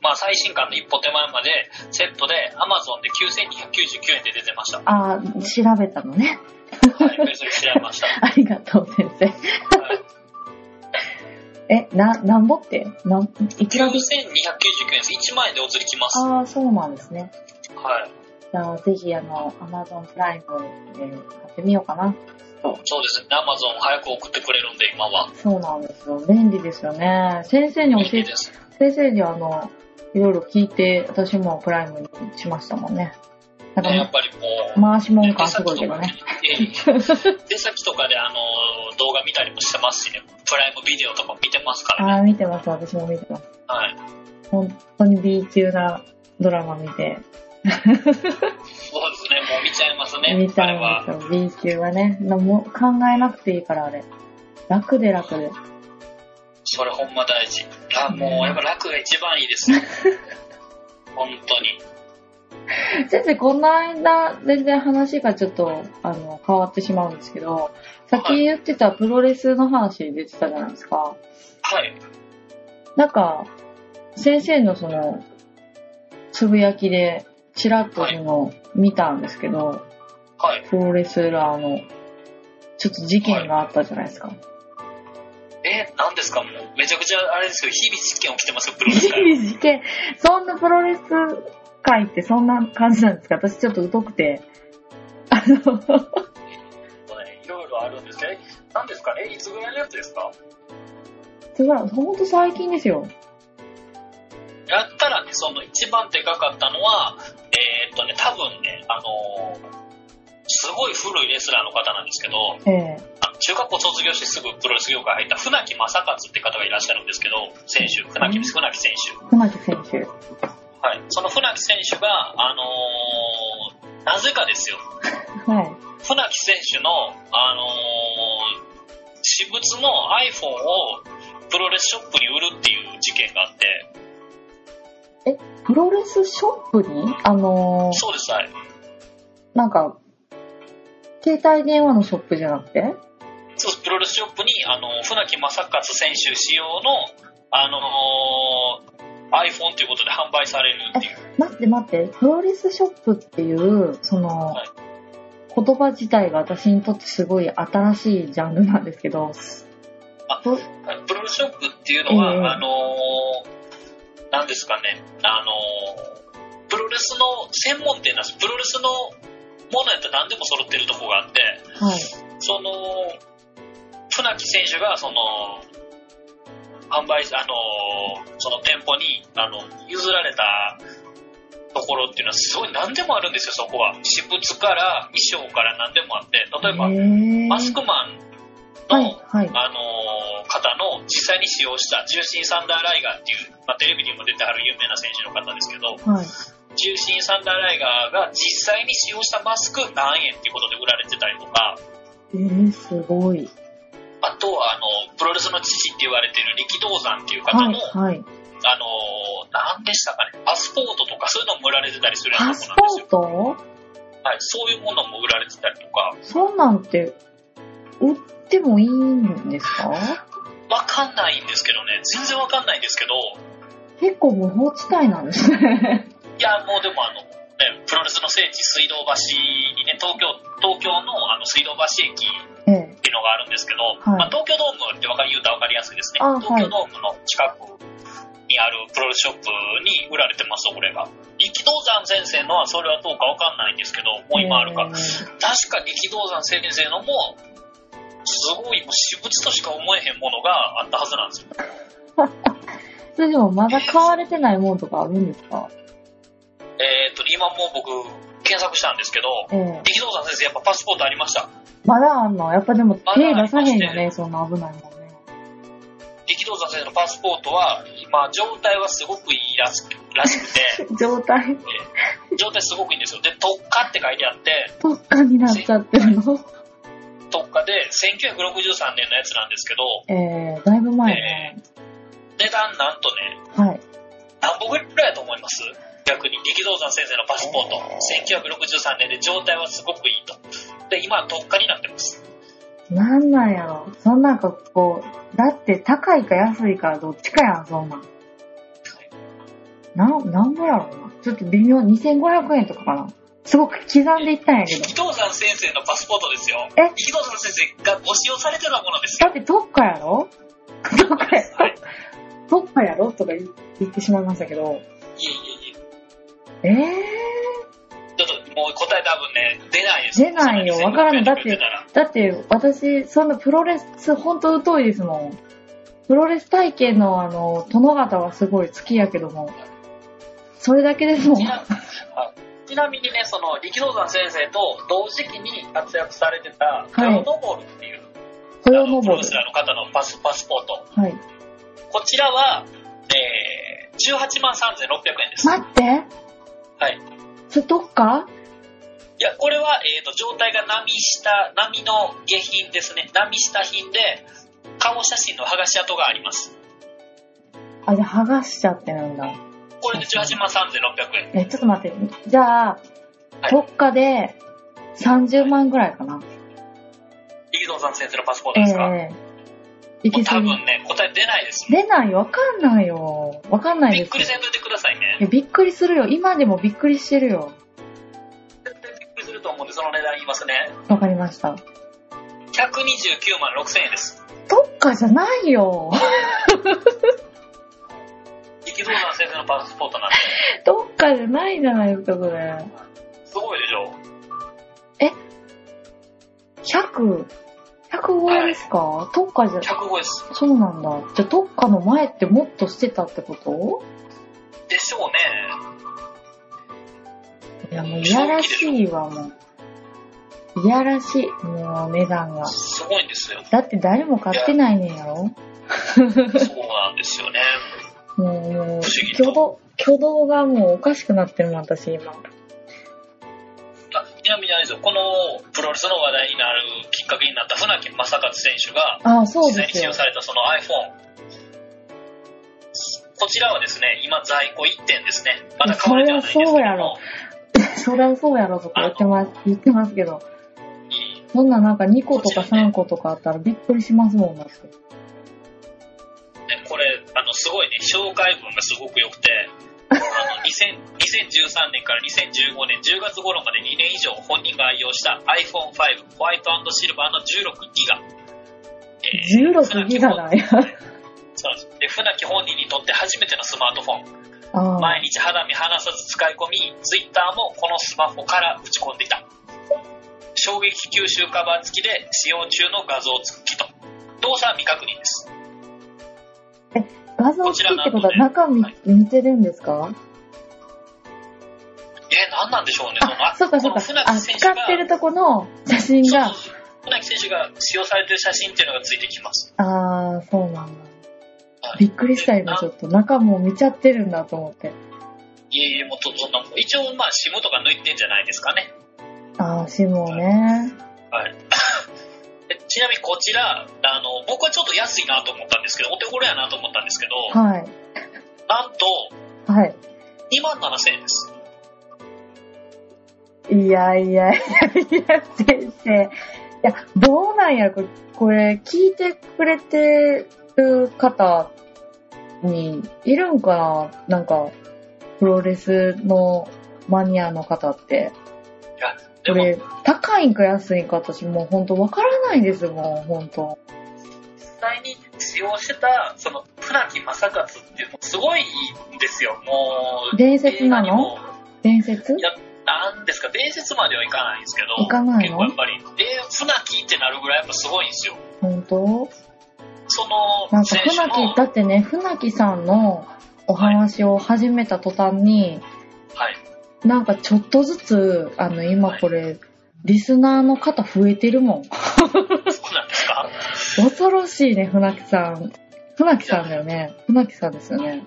S2: まあ最新巻の一歩手前まで、セットで、アマゾンで9299円で出てました。は
S1: あー調べたのね。
S2: い、別に調べました。は
S1: ありがとう先生。
S2: い、
S1: え、な、なんぼってなん、いくらで
S2: 9299円です。1万円でお釣りきます。は
S1: ああ、そうなんですね。
S2: い。
S1: じゃあ、ぜひ、あの、アマゾンプライムで買ってみようかな。
S2: そうですね、アマゾン早く送ってくれるんで、今は。
S1: そうなんですよ。便利ですよね。先生に
S2: いい
S1: 教え
S2: で
S1: て、
S2: す。
S1: 先生にあの、いろいろ聞いて、私もプライムにしましたもんね。な
S2: ねや
S1: ん
S2: っ
S1: か、
S2: ぱりもう、
S1: 回しもん
S2: 出
S1: 感す
S2: 先
S1: ごい
S2: と
S1: けど
S2: か
S1: ね。
S2: ええ出先とか であの動画見たりもしてますしね、プライムビデオとかも見てますからね。
S1: ああ、見てます。私も見てます。
S2: はい、
S1: 本当に B 級なドラマ見て、
S2: そうですね、もう見ちゃいますね、
S1: 見
S2: あ
S1: た
S2: れ
S1: ん
S2: は。
S1: ですよ。B 級はね。なもう考えなくていいから、あれ。楽で楽で。
S2: それほんま大事。あもうやっぱ楽が一番いいですよ。 本当に。
S1: 先生、この間、全然話がちょっと、あの、変わってしまうんですけど、さっき言ってたプロレスの話出てたじゃないですか。
S2: はい。
S1: なんか、先生のその、つぶやきで、ちらっとその、見たんですけど、
S2: はい。
S1: プロレスラーの、ちょっと事件があったじゃないですか。
S2: え、何ですかもう、めちゃくちゃあれですけど、日々事件起きてますよ、プロレス
S1: 日
S2: 界はい。
S1: 々事件、そんなプロレス界ってそんな感じなんですか私ちょっと疎くて。あの、
S2: いろいろあるんですね。何ですかえ、いつぐらいのやつですか
S1: それはほんと最近ですよ。
S2: やったらね、その一番でかかったのは、えーっとね、多分ね、あのーすごい古いレスラーの方なんですけど、
S1: ええ
S2: あの中学校卒業してすぐプロレス業界入った船木正勝って方がいらっしゃるんですけど、選手、船木、船木選手。
S1: 熊木選手。
S2: はい。その船木選手が、あのーなぜかですよ、
S1: はい。
S2: 船木選手の、あのー私物の iPhone をプロレスショップに売るっていう事件があって、
S1: プロレスショップにあのー
S2: そうです、はい。
S1: なんか、携帯電話のショップじゃなくて
S2: そうですプロレスショップに、あのー船木正勝選手仕様の、あのー iPhone ということで販売されるっていう。
S1: 待って待って、プロレスショップっていう、その、
S2: はい
S1: 言葉自体が私にとってすごい新しいジャンルなんですけど、
S2: あ
S1: そ
S2: プロレスショップっていうのは、
S1: ええ
S2: あのーなんですかね、あのープロレスの専門店なんです。プロレスのものやったら何でも揃ってるとこがあって、
S1: はい。
S2: その、船木選手が、その、販売、あのーその店舗に、あの、譲られたところっていうのは、すごい何でもあるんですよ、そこは。私物から衣装から何でもあって、例
S1: え
S2: えば、マスクマンの、
S1: はい、はい。
S2: あのー方の実際に使用した重心サンダーライガーっていう、まあ、テレビにも出てはる有名な選手の方ですけど
S1: はい。
S2: 重心サンダーライガーが実際に使用したマスク何円っていうことで売られてたりとか
S1: えー、すごい。
S2: あとはあのプロレスの父って言われてる力道山っていう方
S1: はい
S2: の、、
S1: はい。
S2: あのー何でしたかねパスポートとかそういうのも売られてたりするよう
S1: パ
S2: な
S1: ス
S2: とこなんです
S1: ポー、
S2: よ
S1: ト
S2: はい、そういうものも売られてたりとか
S1: そんなんて、売ってもいいんですか
S2: わかんないんですけどね全然わかんないんですけど
S1: 結構無法地帯なんです ね。
S2: いや、もうでもあの、ね、プロレスの聖地、水道橋にね、東京、東京のあの水道橋駅っ
S1: ええ。
S2: ていうのがあるんですけど、
S1: はい
S2: まあ、東京ドームってわかり言うとわかりやすいですね。
S1: あはい
S2: 東京ドームの近くにあるプロレスショップに売られてます、これが。力道山先生のはそれはどうかわかんないんですけど、もう今あるか。
S1: えー
S2: 確か力道山先生のも、すごいもう私物としか思えへんものがあったはずなんですよ。
S1: それでもまだ買われてないものとかあるんですか
S2: えっ、と、今もう僕、検索したんですけど、
S1: ええ
S2: 力道山先生やっぱパスポートありました。
S1: まだあんのやっぱでも
S2: ま
S1: 手
S2: だあ
S1: 出
S2: り
S1: さ
S2: ま
S1: へ
S2: し
S1: ん
S2: て
S1: よね、そんな危ないもんね。
S2: 力道山先生のパスポートは、今、状態はすごくいいらしくらしくて、
S1: 状態、
S2: 状態すごくいいんですよ。で、特化って書いてあって、
S1: 特化になっちゃってるの。
S2: とかで、1963年のやつなんですけど、
S1: えー、だいぶ前ね。
S2: 値段なんとね、
S1: はい。
S2: 何本ぐらいだと思います逆に力道山先生のパスポート、1963年で状態はすごくいいと。で、今は特価になっ てます。
S1: なんなんやろ。そんなんかこう、だって高いか安いかどっちかやん、そんなん。なん、なんぼやろな。ちょっと微妙、2500円とかかな。すごく刻んでいったんやけど。
S2: 力道山先生のパスポートですよ。
S1: え
S2: 力道山先生がご使用されてたものです
S1: だ
S2: よ
S1: っ。て特価やろ特価や
S2: はい。
S1: 特価やろとか言言ってしまいましたけど。
S2: いえいえいえ。
S1: えー、
S2: ちょっともう答え多分ね、出ないです
S1: 出ないよ。わからない。だっ
S2: 出
S1: て
S2: たら、
S1: だって私、そんなプロレス、ほんと疎いですもん。プロレス体験のあの、殿方はすごい好きやけども。それだけですもん
S2: ち。なはいちなみにね、その力道山先生と同時期に活躍されてた、
S1: い
S2: トヨノボルっていう、
S1: これ
S2: あ
S1: を
S2: のプロ
S1: 登
S2: レ
S1: る
S2: ス。ラーの方のパスパスポート。
S1: はい。
S2: こちらは、えー、18万3600円です。
S1: 待って
S2: はい。
S1: それ特価
S2: いや、これは、えー、と状態が波下、波の下品ですね。波下品で、顔写真の剥がし跡があります。
S1: あ、じゃあ剥がしちゃってなんだ。
S2: これで18万3600円。
S1: え、ちょっと待って。じゃあ、
S2: はい
S1: 特価で30万ぐらいかな。
S2: 力道山先生のパスポート
S1: え
S2: ですか、
S1: え行
S2: も
S1: き
S2: う多
S1: 過ぎ。
S2: 分ね、答え出ないです。
S1: 出ないよ。わかんないよ。わかんない
S2: び
S1: で
S2: っ
S1: す
S2: くりせんといてくださいね
S1: い。やびっくりするよ。今でもびっくりしてるよ。
S2: 絶対びっくりすると思うんで、その値段言いますね。
S1: わかりました。
S2: 129万6000円です。
S1: 特価じゃない よ。
S2: 力道山先生のパスポートなんで、
S1: 特価じゃないじゃないですか、それ。
S2: すごいでしょ。
S1: 100、105円ですか、特価じゃ、
S2: 105です。
S1: そうなんだ。じゃあ特価の前ってもっとしてたってこと
S2: でしょうね。
S1: いや、もういやらしいわ、もう。いやらしい。もう値段が。
S2: すごいんですよ。
S1: だって誰も買ってないねんやろ
S2: そうなんですよね。
S1: もう、もう、
S2: 不思議と
S1: 挙動、挙動がもうおかしくなってるもん、私今。
S2: あちなみにあれですよ、このプロレスの話題になるきっかけになった船木正勝選手が、
S1: ああ、そう
S2: 実際
S1: で
S2: に
S1: す
S2: 使
S1: よ
S2: 用。されたその iPhone、こちらはですね、今在庫1点ですね。まだ買われてはないんですけど
S1: そりゃそうやろ
S2: も、
S1: そりゃそうやろとか言ってます、言ってますけど。
S2: いい
S1: そんななんか2個とか3個とかあったらびっくりしますもん、だって。
S2: ねこれ、あの、すごいね、紹介文がすごく良くて、あの2000 2013年から2015年10月頃まで2年以上本人が愛用した iPhone5 ホワイトシルバーの16ギガ、えー
S1: 16ギガだよ。
S2: そうなんですで船木本人にとって初めてのスマートフォン
S1: ああ
S2: 毎日肌身離さず使い込み、ツイッターもこのスマホから打ち込んでいた。衝撃吸収カバー付きで使用中の画像付きと。動作は未確認です。
S1: 画像付きってことは中見,、
S2: はい
S1: 見てるんですか
S2: えー、何なんでしょうね、その
S1: あ、そうかそう
S2: こ
S1: か
S2: の船。木
S1: あ、
S2: 選手
S1: 使
S2: が
S1: ってるとこの写真
S2: そう
S1: が
S2: そう。そう船木選手が使用されてる写真っていうのがついてきます。
S1: ああ、そうなんだ
S2: は。い
S1: びっくりした今ちょっと中も見ちゃってるんだと思って。
S2: いえいえ、もうとそんなもん、一応まあ、シムとか抜いてんじゃないですかね。
S1: ああ、シムをね。
S2: はい。でちなみにこちら、あの、僕はちょっと安いなと思ったんですけど、お手頃やなと思ったんですけど、
S1: はい。
S2: なんと、
S1: はい。
S2: 2万7000円です。
S1: いやいやいやいや、先生。いや、どうなんやろこれ、これ聞いてくれてる方にいるんかななんか、プロレスのマニアの方って。
S2: で
S1: こ
S2: も
S1: れ、高いんか安いんか私もうほんとわからないですもん、ほんと。
S2: 実際に使用してたその船木正勝っていうのすごいんですよもう
S1: 伝説なの
S2: 映画にも
S1: 伝説
S2: いやなんですか伝説まではいかないんですけど
S1: いかないの
S2: 結構やっぱりえー船木ってなるぐらいやっぱすごいんですよ
S1: ほんと
S2: その
S1: なんか
S2: 選手
S1: 船
S2: の
S1: 木、だってね、船木さんのお話を始めた途端に、
S2: はい、
S1: なんかちょっとずつ、あの、今これ、リスナーの方増えてるもん。
S2: そうなんです か
S1: 恐ろしいね、船木さん。船木さんだよね。船木さんですよね。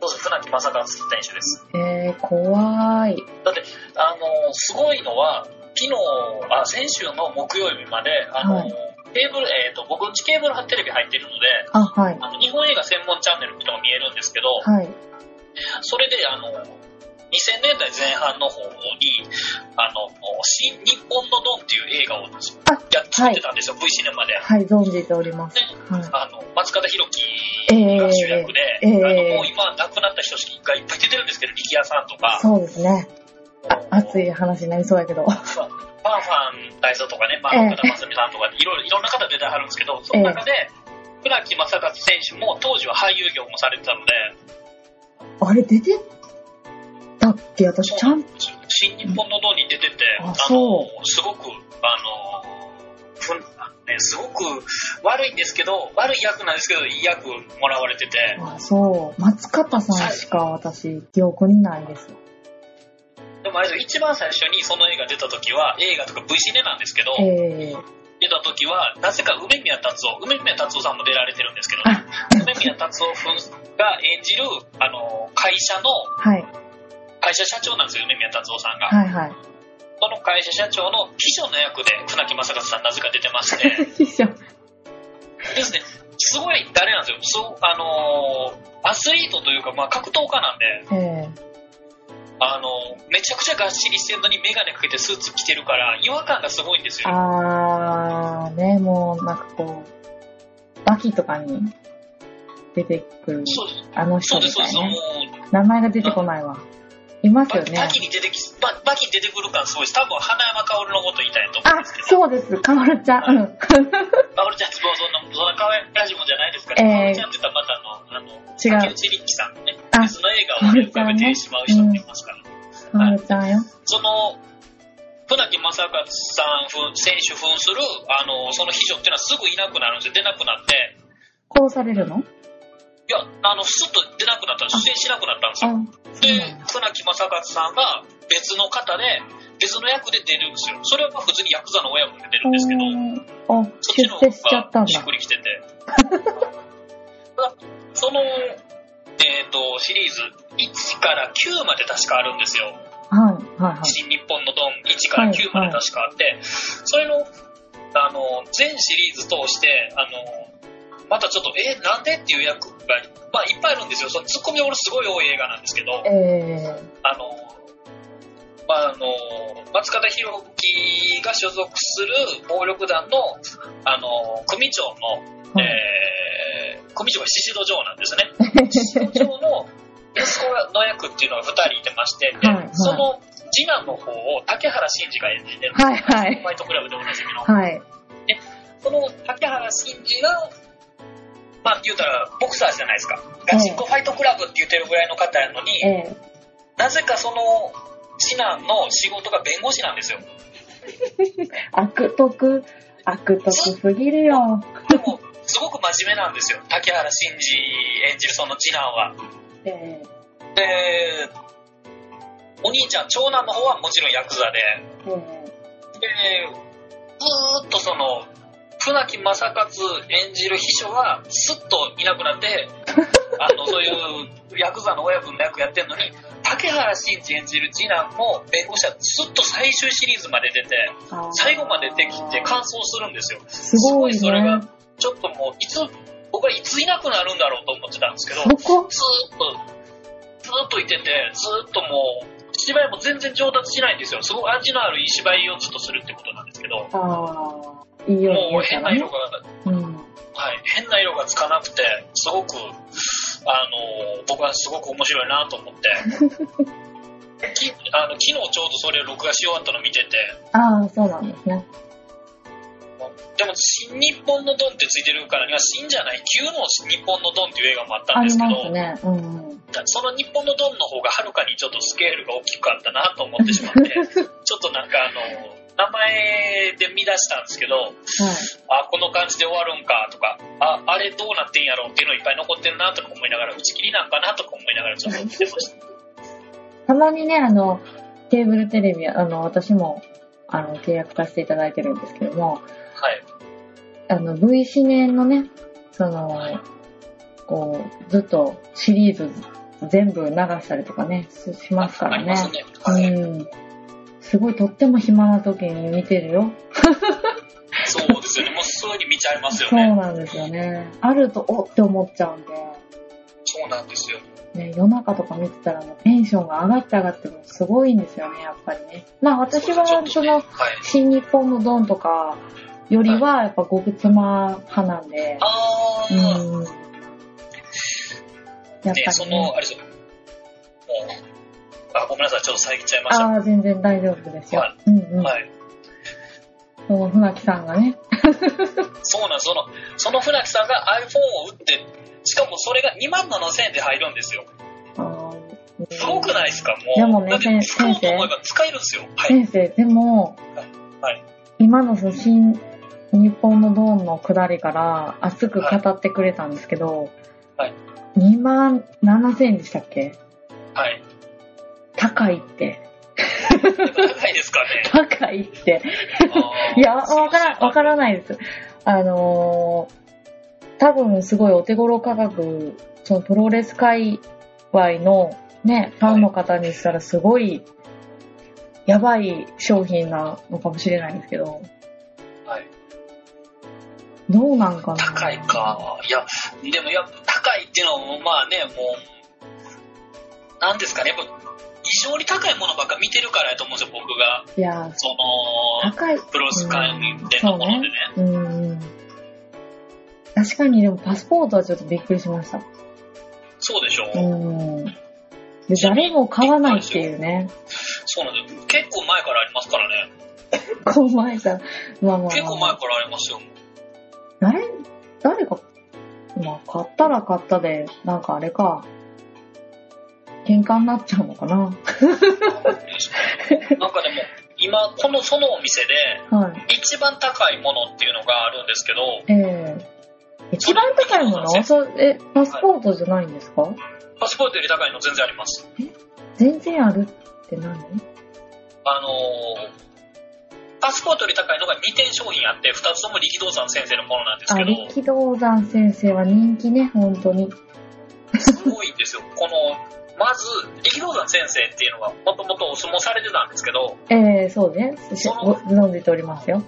S2: そうです船木正勝選手です
S1: えー、怖い。
S2: あのすごいのは昨日、あ、先週の木曜日まで、あの、
S1: はい
S2: ケーブル、えっ、と、僕んちケーブルテレビ入ってるので、
S1: あ、はい。
S2: あの日本映画専門チャンネルっていうのが見えるんですけど、
S1: はい。
S2: それで、あの、2000年代前半の方に、あの、新日本のドンっていう映画をやっ作ってたんですよ、V シネマで。
S1: はい、存じております。はい。
S2: あの、松方弘樹が主役で、
S1: ええ
S2: あ
S1: ええ
S2: の、もう今亡くなった人がいっぱい出てるんですけど、力也さんとか、
S1: そうですね。あ熱
S2: い。
S1: い話になりそうやけど。
S2: ファンファン大佐とかね、まあ、
S1: ええ
S2: 岡田正美さんとか、いろいろ、いろんな方出てはるんですけど、その中で、倉木正和選手も当時は俳優業もされてたので、
S1: あれ出てたっけ私ちゃん、
S2: 新日本の堂に出てて、
S1: あ
S2: の
S1: そう
S2: すごく、あの、ふんあのね、すごく悪いんですけど、悪い役なんですけど、いい役もらわれてて、
S1: あ、そう。松方さんしか私、記憶にないです。
S2: でもあれですよ一番最初にその映画出た時は、映画とか V シネなんですけど、
S1: ええ
S2: 出た時は、なぜか梅宮達夫、梅宮達夫さんも出られてるんですけど、
S1: あ
S2: 梅宮達夫が演じる、あの、会社の、
S1: はい。
S2: 会社社長なんですよ、梅宮達夫さんが。
S1: はいはい。
S2: その会社社長の秘書の役で、船木正和さんなぜか出てまして、
S1: 師匠。
S2: ですね、すごい誰なんですよ、そうあのーアスリートというか、まあ、格闘家なんで、
S1: ええ
S2: あのーめちゃくちゃがっしりしてるのに、眼鏡かけてスーツ着てるから、違和感がすごいんですよ。
S1: あー、ね、もうなんかこう、バキとかに出てくる、
S2: そうです、
S1: あの人
S2: そうで
S1: み
S2: す、そ
S1: た
S2: うで
S1: い
S2: す、も
S1: ね。
S2: う、
S1: 名前が出てこないわ。いますよ
S2: ババ
S1: ね。
S2: キに出てき、ババキに出てくる感すごいです、多分花山薫のこと言いたいと思うん
S1: あ
S2: ですけ、ど、
S1: そうです。カオルちゃん。うん。
S2: 薫ちゃん、もうそんな、そんな可愛らしいもんじゃないですから、
S1: えー
S2: 薫ちゃんって言ったら、またあの、あの、
S1: 違う
S2: 竹内力さんのね、
S1: あ
S2: 別の映画をね浮かべてしまう人もいますから。
S1: カオルちゃんよ。
S2: その、船木正和さんふん選手扮する、あの、その秘書っていうのはすぐいなくなるんですよ。出なくなって。
S1: 殺されるの
S2: いや、あの、スッと出なくなったら出演しなくなったんですよ。
S1: あ、そうなんだ。、
S2: で船木正和さんが別の方で、別の役で出るんですよ。それは普通にヤクザの親分で出るんですけど、
S1: おーあ、
S2: そっち
S1: 出
S2: の
S1: 世しちゃった
S2: 方
S1: ん
S2: がしっ
S1: だ。
S2: くりきてて。 その、えっ、と、シリーズ、1から9まで確かあるんですよ。
S1: はい、はい、はい。
S2: 新日本のドン1から9まで確かあって、それのあの全シリーズ通してあのまたちょっとえなんでっていう役が、まあ、いっぱいあるんですよそのツッコミ俺すごい多い映画なんですけどあ
S1: え
S2: の、まあ、あの松方弘樹が所属する暴力団のあの組長の、
S1: ー、はい
S2: えー組長が宍戸城なんですね 長の息子の役っていうのが2人いてまして、で
S1: はいはい
S2: その次男の方を竹原慎二が演じてる、
S1: はい、はい
S2: ホ。ワイトクラブでおなじみの、
S1: はい。
S2: その竹原慎二が、まあ言うたらボクサーじゃないですか、ガチンコファイトクラブって言ってるぐらいの方やのに、
S1: ええ
S2: なぜかその次男の仕事が弁護士なんですよ。
S1: 悪徳、悪徳すぎるよ。
S2: でも、すごく真面目なんですよ、竹原慎二演じるその次男は。
S1: ええ
S2: で、お兄ちゃん、長男の方はもちろんヤクザで、
S1: ええ
S2: で、ずーっとその、船木正勝演じる秘書は、すっといなくなって、あの、そういう、ヤクザの親分の役やってんのに、竹原慎二演じる次男の弁護士は、すっと最終シリーズまで出て、
S1: あー
S2: 最後まで出てきて完走するんですよ。
S1: すごい
S2: すごいそれ
S1: ね
S2: が。ちょっともう、いつ、僕はいついなくなるんだろうと思ってたんですけど、
S1: そこ
S2: ずーっと、ずーっといてて、ずーっともう、芝居も全然上達しないんですよ。すごい味のあるいい芝居をずっとするってことなんですけど、
S1: ああ、いいよ
S2: もう変な色が、
S1: うん。
S2: はい、変な色がつかなくて、すごく、あの、僕はすごく面白いなと思っ て、きあの昨日ちょうどそれを録画し終わったの見てて、
S1: ああ、そうなんですね。
S2: でも、新日本のドンってついてるからには、新じゃない、旧の日本のドンっていう映画もあった
S1: あ
S2: んで
S1: り
S2: すけ
S1: ま
S2: ど
S1: す、ね。うんうん。
S2: その日本のドンの方がはるかにちょっとスケールが大きかったなと思ってしまっ て、ちょっとなんかあの、名前で見出したんですけど、あ、この感じで終わるんかとか、あ、あれどうなってんやろうっていうのいっぱい残ってるなとか思いながら、打ち切りなんかなとか思いながらちょっと見てました。
S1: たまにね、あの、ケーブルテレビ、あの、私も、あの、契約させていただいてるんですけども、
S2: はい。
S1: あの、V シネのね、その、こう、ずっとシリーズ全部流したりとかね、ししますから
S2: あります
S1: ね。
S2: ね。
S1: う
S2: はい。
S1: ん。すごいとっても暇な時に見てるよ。
S2: そうですよね。もうすぐに見ちゃいますよ
S1: そう
S2: ね。
S1: なんですよね。あると、おって思っちゃうんで、
S2: そうなんですよ。
S1: ね、夜中とか見てたらもうテンションが上がって上がってもうすごいんですよね、やっぱりね。まあ私は
S2: ちょっとね
S1: その、
S2: はい。
S1: 新日本のドンとかよりはやっぱ極妻派なんで、
S2: あ
S1: う
S2: ー、
S1: ん。やっぱり、
S2: で、その、あれですよ。もう、あ、ごめんなさい。ちょっと遮っちゃいました。
S1: ああ、全然大丈夫ですよ。
S2: は
S1: うんうん。
S2: はい。
S1: その船木さんがね、
S2: そうなんです。その、その船木さんが iPhone を売って、しかもそれが2万7000円で入るんですよ。
S1: あの
S2: すごくないですかもう。
S1: でもね
S2: だって使おう
S1: 先
S2: と
S1: 生
S2: 思えば使えるんですよ。はい。
S1: 先生、でも、
S2: はい
S1: 今のその新日本のドーンの下りから熱く語ってくれたんですけど、
S2: はい
S1: 2万7000円でしたっけ
S2: はい。
S1: 高いって。
S2: 高いですかね。
S1: 高いって。
S2: あ ー
S1: いや、わからん、わからないです。あのー多分すごいお手頃価格、そのプロレス界隈のね、ファンの方にしたらすごい、やばい商品なのかもしれないんですけど、
S2: はい
S1: どうなんかな
S2: 高い。か。いや、でもやっぱ高いっていうのも、まあね、もう、なんですかね、やっぱ、異常に高いものばっか見てるからやと思うんですよ、僕が。
S1: いや、
S2: その、
S1: 高い。
S2: プロレス界でのものでね。
S1: うん。確かにでもパスポートはちょっとびっくりしました。
S2: そうでしょう。
S1: うん。で誰も買わないっていう ね。
S2: そうなんですよ。結構前からありますからね。
S1: この前さ、まあまあ、
S2: 結構前からありますよ。
S1: 誰、誰か、まあ、買ったら買ったで、なんかあれか、喧嘩になっちゃうのかな。
S2: なんかでも、今、この、そのお店で、
S1: はい。
S2: 一番高いものっていうのがあるんですけど、
S1: ええ一番高いものそれ、え、パスポートじゃないんですか、
S2: パスポートより高いの全然あります。
S1: 全然あるって何
S2: あのー、パスポートより高いのが2点商品あって、2つとも力道山先生のものなんです
S1: あ、
S2: けど、
S1: 力道山先生は人気ね、本当に。
S2: すごいんですよ。この、まず、力道山先生っていうのは、もともとお相撲されてたんですけど、
S1: ええそうね。し
S2: その
S1: ご存じておりますよ。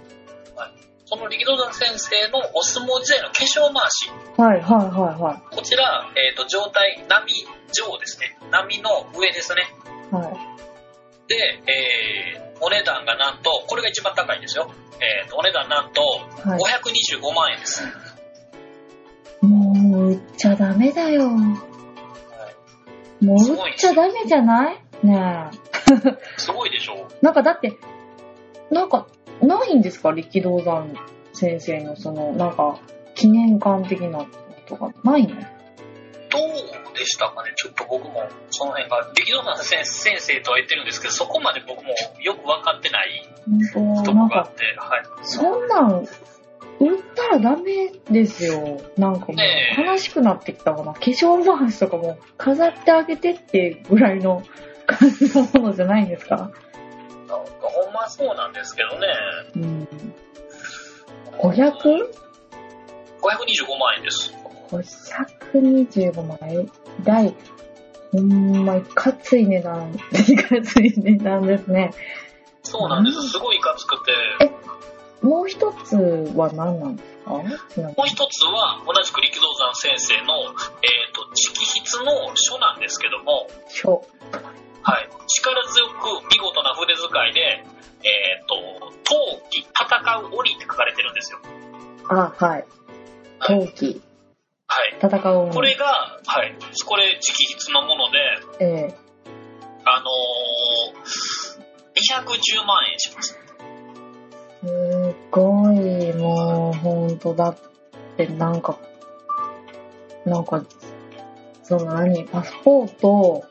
S2: その力道山先生のお相撲時代の化粧回し、
S1: はい、はい、はい、は
S2: こちら、えっ、と、状態、波上ですね。波の上ですね。
S1: い。はい。
S2: で、えーお値段がなんと、これが一番高いんですよ。えーと、お値段なんと、
S1: はい
S2: 525万円です。
S1: もう、売っちゃダメだよ。もう、売っちゃダメじゃないねえ。
S2: すごいでしょ
S1: なんかだって、なんか、ないんですか力道山先生のその、なんか、記念館的なことがないの
S2: どうでしたかねちょっと僕も、その辺が、力道山先先生とは言ってるんですけど、そこまで僕もよく分かってない
S1: 本
S2: と
S1: 当
S2: こ
S1: なん
S2: があ
S1: か、
S2: って、はい。
S1: そんなん、売ったらダメですよ。なんかもう
S2: ね、え
S1: 悲しくなってきたかな。化粧回しとかも、飾ってあげてってぐらいの感じのものじゃないんですか
S2: なんか、ほんまそうなんですけどね。
S1: うん。500?
S2: 525万円です。
S1: 525万円台。ほんま、いかつい値段、 いかつい値段ですね。
S2: そうなんで
S1: うん
S2: す。すごいいかつくて。
S1: えもう一つは何なんですかちなみに
S2: もう一つは、同じく力道山先生の、えっ、と、直筆の書なんですけども、
S1: 書。
S2: はい、力強く見事な筆使いで、えっ、と、闘技、戦う鬼って書かれてるんですよ。
S1: あ、はい。
S2: はい。
S1: 陶器。
S2: はい、
S1: 戦うの。
S2: これが、はい、これ直筆のもので、
S1: ええ
S2: あのー210万円します。
S1: すごい、もう、ほんとだって、なんか、なんか、その何、パスポート、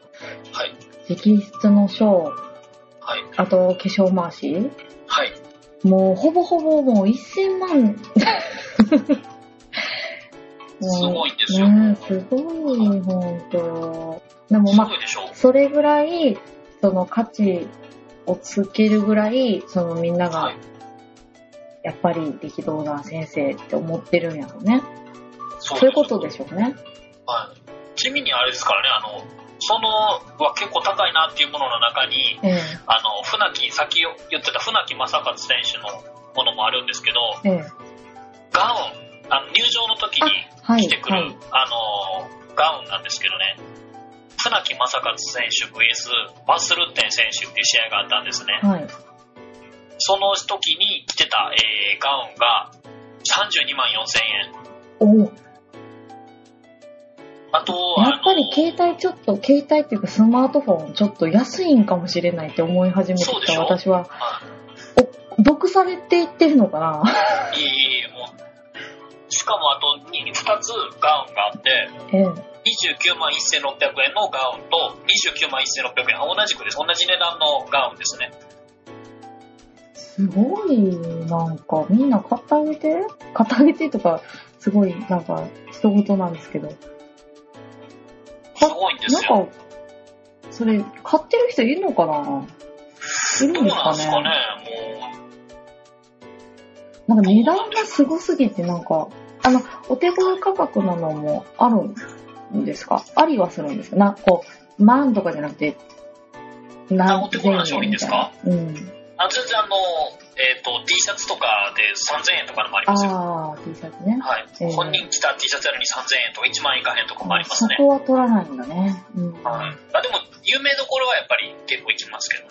S2: はい、
S1: 直筆の書、
S2: はい、
S1: あと化粧回し
S2: はい。
S1: もうほぼほぼもう1000万。
S2: すごいんですよ。
S1: ねえ、すごい、ほんと。でも
S2: す
S1: ま
S2: ごいでしょ
S1: あ、それぐらい、その価値をつけるぐらい、そのみんな
S2: は
S1: が
S2: い、、
S1: やっぱり力道山先生って思ってるんやろうね。
S2: そ
S1: そういうことでしょうね。
S2: はい。地味にあれですからね、あの、そのは結構高いなっていうものの中に、
S1: ええ
S2: あの、船木、さっき言ってた船木正和選手のものもあるんですけど、
S1: ええ
S2: ガウン、あの入場の時に
S1: は
S2: 着
S1: い
S2: てくる、
S1: はい
S2: あの、ガウンなんですけどね、船木正和選手 VS バスルッテン選手っていう試合があったんですね。
S1: はい
S2: その時に着てた、えーガウンが32万4000円。
S1: お
S2: あと、
S1: やっぱり
S2: あの
S1: 携帯ちょっと携帯っていうかスマートフォンちょっと安いんかもしれないって思い始めて
S2: そう
S1: き
S2: でしたょ
S1: 私は
S2: あ
S1: 毒されていってるのか な
S2: いえいえいえ、もう。しかもあと 2, つガウンがあって、
S1: ええ
S2: 29万1600円のガウンと29万1600円、同じくです。同じ値段のガウンですね。
S1: すごいなんかみんな買ってあげて買ってあげてとかすごいなんか人事なんですけど
S2: すごいんで
S1: なん
S2: すよ。
S1: かそれ買ってる人いるのかないる
S2: ど
S1: ん
S2: う
S1: です
S2: な
S1: か
S2: んで
S1: ね
S2: すかね、もう。
S1: なんか値段がすごすぎてなんかあのお手頃価格なのもあるんですかありはするんですかなこう万とかじゃなくて
S2: あお手頃な商品ですか
S1: うん
S2: あ全然あの、えっ、と、T シャツとかで3000円とかのもありますよ。
S1: ああ T シャツね
S2: はい
S1: えー。
S2: 本人着た T シャツやのに3000円とか1万円いかへんとかもあります
S1: そ
S2: ね。
S1: こは取らないんだねうん
S2: はい。あでも、有名どころはやっぱり結構行きますけどね。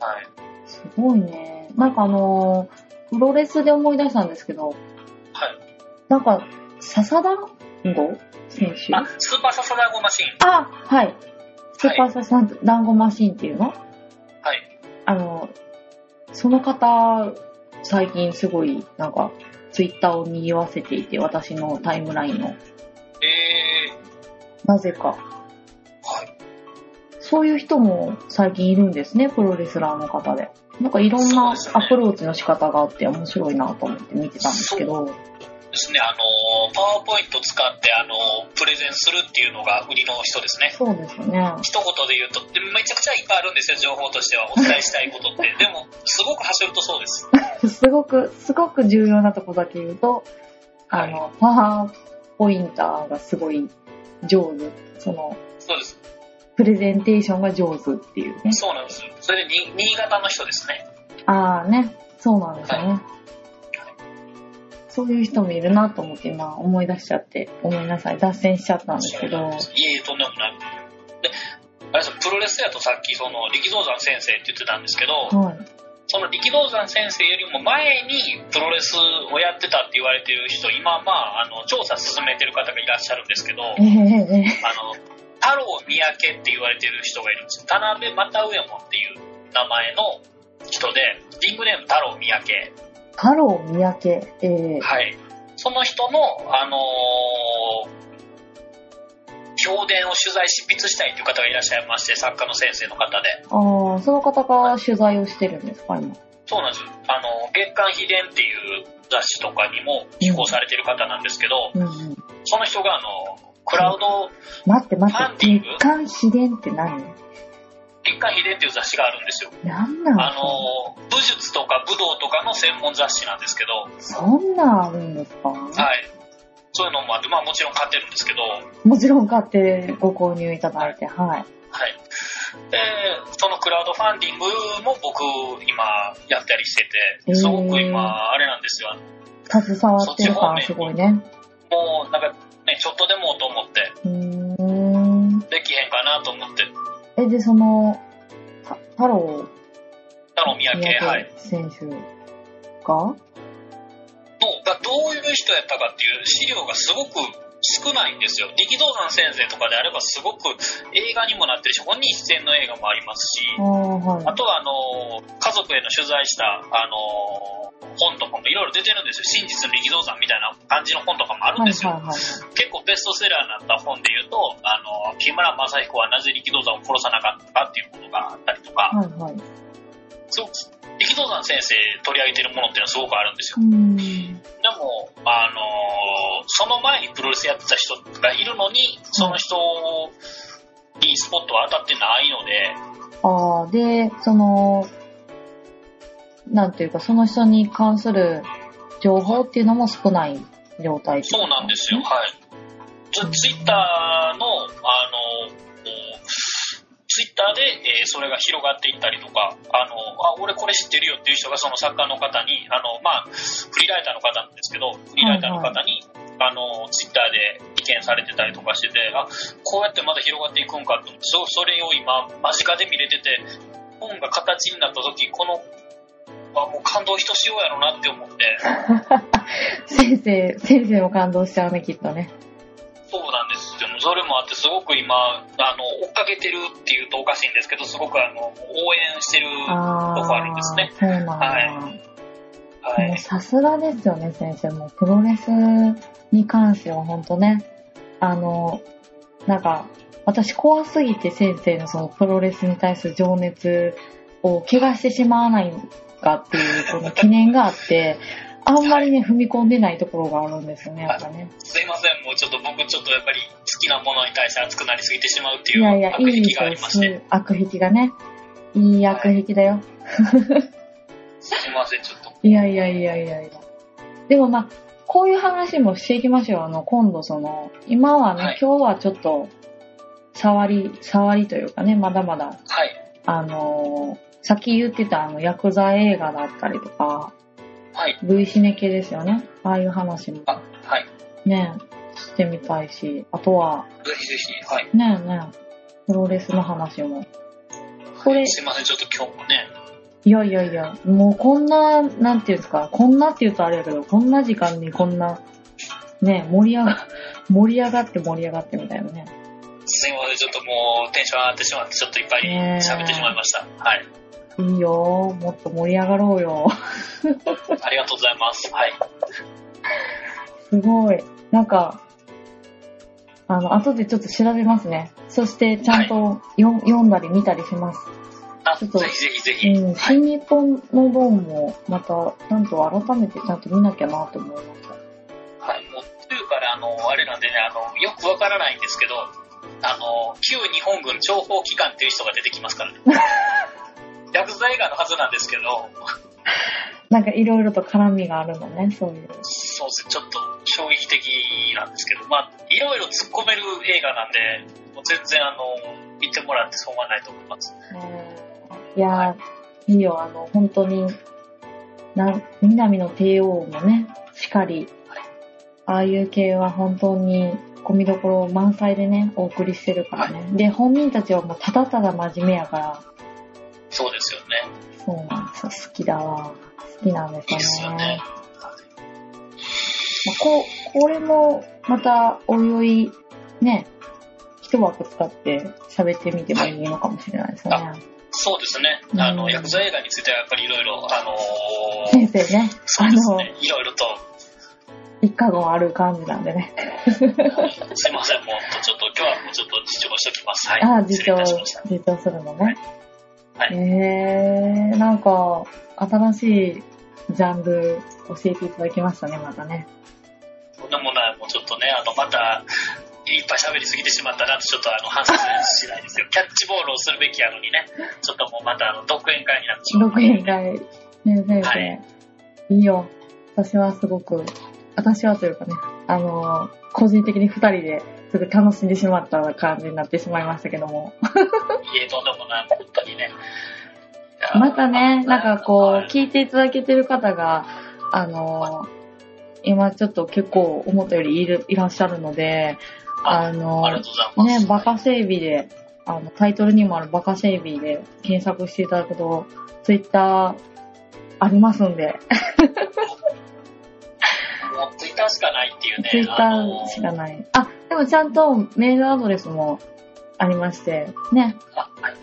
S1: あー
S2: はい。
S1: すごいね。なんかあのー、プロレスで思い出したんですけど、
S2: はい。
S1: なんか、笹団子選手
S2: あ、スーパーササダゴマシン。
S1: あ、はい。スーパー笹団子マシンっていうの
S2: はい。
S1: あの、その方、最近すごい、なんか、ツイッターを賑わせていて、私のタイムラインの。
S2: えー、
S1: なぜか。
S2: はい。
S1: そういう人も最近いるんですね、プロレスラーの方で。なんかいろんな
S2: そうですよね
S1: アプローチの仕方があって面白いなと思って見てたんですけど。
S2: ですね、あの、パワーポイント使って、あの、プレゼンするっていうのが売りの人ですね。
S1: そうですよね。
S2: 一言で言うと、でめちゃくちゃいっぱいあるんですよ、情報としては。お伝えしたいことって。でも、すごく走るとそうです。
S1: すごく、すごく重要なとこだけ言うと、あの、パワーポインターがすごい上手。その、
S2: そうです。
S1: プレゼンテーションが上手っていうね。
S2: そうなんです。それでに、新潟の人ですね。
S1: ああね、そうなんですよね。
S2: は
S1: そういう人もいるなと思って今思い出しちゃって、ごめんなさい、脱線しちゃったんですけど、
S2: いえいえ、とんでもない。で、あれですよプロレスやとさっき、その、力道山先生って言ってたんですけど、
S1: はい。
S2: その力道山先生よりも前にプロレスをやってたって言われてる人、今、まあ、あの、調査進めてる方がいらっしゃるんですけど、あ
S1: ええええ
S2: の、太郎三宅って言われてる人がいるんですよ。田辺又上門っていう名前の人で、リングネーム太郎三宅。
S1: 太郎三宅、ええ
S2: はい。その人の、あのー評伝を取材執筆したいという方がいらっしゃいまして、作家の先生の方で。
S1: ああ、その方が取材をしてるんですか、今。
S2: そうなんですよ。あの、月刊秘伝っていう雑誌とかにも寄稿されてる方なんですけど、
S1: うんうん。
S2: その人が、あの、クラウド、
S1: 待って待
S2: ファ
S1: っ
S2: ン
S1: て
S2: ディン、グ
S1: 月刊秘伝って何
S2: 月刊秘伝っていう雑誌があるんですよ。
S1: なんなん
S2: あの、武術とか武道とかの専門雑誌なんですけど、は
S1: そんなんあるんですか
S2: い。そういうのもあって、まあもちろん買ってるんですけど、は
S1: もちろん買ってご購入いただいて、はい。
S2: い。で、そのクラウドファンディングも僕、今、やったりしてて、すごく今、あれなんですよ。
S1: 携わってる
S2: そっち方
S1: から
S2: 面
S1: すごいね。
S2: もう、なんか、ね、ちょっとでもと思って、
S1: うーん。
S2: できへんかなと思って、
S1: え、で、その、た太郎
S2: 太郎三宅、はい。
S1: 選手が、
S2: のがどういう人やったかっていう資料がすごく少ないんですよ力道山先生とかであればすごく映画にもなってるし本人出演の映画もありますし
S1: ああ、はい
S2: あ。とはあのー家族への取材したあのー本とかもいろいろ出てるんですよ真実の力道山みたいな感じの本とかもあるん
S1: はい
S2: ですよ、
S1: はいはい。
S2: 結構ベストセラーになった本で言うとあのー木村正彦はなぜ力道山を殺さなかったかっていうことがあったりとか、
S1: はいはい。
S2: すごく力道山先生取り上げてるものっていうのはすごくあるんですよ
S1: うーん。
S2: でも、あのーその前にプロレスやってた人がいるのに、その人にスポットは当たってないので、
S1: ああ、で、その、なんていうか、その人に関する情報っていうのも少ない状態
S2: そうなんですよ、はい。ツツイッターの、あの、ツイッターで、えーそれが広がっていったりとか、あの、あ、俺これ知ってるよっていう人がその作家の方に、あの、まあ、フリーライターの方なんですけど、フリーライターの方に、あの、ツイッターで意見されてたりとかしてて、あ、こうやってまだ広がっていくんかと、そうそれを今、間近で見れてて、本が形になった時、この、あ、もう感動ひとしおやろなって思って、
S1: 先生、先生も感動しちゃうね、きっとね。
S2: そうなんですよ。それもあって、すごく今、あの、追っかけてるっていうとおかしいんですけど、すごくあの、応援してる。は
S1: あ
S2: とこあるんですね
S1: ーそうなんだ。もう
S2: い。
S1: さすがですよね、先生。もうプロレスに関しては本当ね、あの、なんか、私怖すぎて先生のそのプロレスに対する情熱を怪我してしまわないかっていうこの懸念があ って、あんまりね、踏み込んでないところがあるんですよね、やっぱね。
S2: すいません、もうちょっと僕、ちょっとやっぱり好きなものに対して熱くなりすぎてしまうってい
S1: いやいや、
S2: う
S1: い
S2: 悪
S1: い
S2: 癖
S1: です
S2: があ
S1: よ、
S2: りまして、
S1: そう悪癖がね。いい悪癖だよ。
S2: すいません、ちょっと。
S1: いやいやいやいやいや。でもまあ、こういう話もしていきましょう。あの、今度その、今はね、
S2: はい
S1: 今日はちょっと、触り、触りというかね、まだまだ、
S2: はい。
S1: あのーさっき言ってたあの、ヤクザ映画だったりとか、
S2: はい。
S1: V シネ系ですよね。ああいう話も
S2: あ、はい。
S1: ね、してみたいし、あとは、
S2: ぜひぜひ、はい。
S1: ねえねえ、プロレスの話も。これ、
S2: すいません、ちょっと今日もね、
S1: いやいやいや、もうこんな、なんていうんですか、こんなって言うとあれやけど、こんな時間にこんな、ね、盛り上が、 盛り上がって盛り上がってみたいなね。
S2: すいません、ちょっともうテンション上がってしまって、ちょっといっぱい喋ってしまいました。はい。
S1: いいよ、もっと盛り上がろうよ。
S2: ありがとうございます。はい。
S1: すごい。なんか、あの、後でちょっと調べますね。そして、ちゃんとよ、読んだり見たりします。
S2: あ、
S1: ち
S2: ぜ
S1: ょっと
S2: ひぜひぜひ。
S1: うん、新日本の本も、また、なんと改めてちゃんと見なきゃなと思いました。
S2: はい、もう、というから、あの、あれなんでね、あの、よくわからないんですけど、あの、旧日本軍諜報機関っていう人が出てきます からね。ヤクザ映画のはずなんですけど、
S1: なんかいろいろと絡みがあるのね、そういう。
S2: そうですね、ちょっと衝撃的なんですけど、まあ、いろいろ突っ込める映画なんで、もう全然、あの、見てもらって損はないと思います。
S1: いやー、いいよ、あの、本当に、な、南の帝王もね、しかり、ああいう系は本当に、込みどころ満載でね、お送りしてるからね。で、本人たちはもうただただ真面目やから、
S2: そうですよね。
S1: そうなんですよ。好きだわ。好きなんです
S2: いい
S1: よ
S2: ですよ
S1: ね。
S2: ね。
S1: まあ、こう、これも、また、おいおい、ね、一枠使って喋ってみてもいいのかもしれないですね。
S2: そうですね。あ
S1: う
S2: の、
S1: ん
S2: ヤクザ映画についてはやっぱりいろいろ、 あのー
S1: 先生ね、
S2: そう
S1: あ
S2: です
S1: の、
S2: ね。いろいろと、
S1: 一家言ある感じなんでね。
S2: すいません、もうちょっと今日はもうちょっと自重しときます。はい。
S1: ああ、自
S2: 失礼い
S1: 重
S2: たしました。、
S1: 自重するのね。
S2: はい
S1: えー、なんか、新しいジャンル教えていただきましたね、またね。
S2: そんなものはもうちょっとね、あの、また、いっぱい喋りすぎてしまったなと、ちょっとあの、反省しな いですよ。キャッチボールをするべきやのにね、ちょっともうまた、あの、独演会になってしまう。
S1: 独演会、ね、先生、、
S2: はい
S1: いよ。私はすごく、私はというかね、あのー、個人的に二人ですごい楽しんでしまった感じになってしまいましたけど も。
S2: いえ、とんでもない、本当にね。
S1: またね、なんかこ、
S2: はいう
S1: 聞いていただけてる方が、あのー、今ちょっと結構思ったよりいるいらっしゃるので、あのー、
S2: ありがとうございます。
S1: ね、バカ整備で、あの、タイトルにもあるバカ整備で検索していただくと、ツイッターありますんで、
S2: もうツイッターしかないっていうね、
S1: ツイッタ
S2: あの
S1: ーしかない。あ、でもちゃんとメールアドレスもありまして、ね、
S2: あはい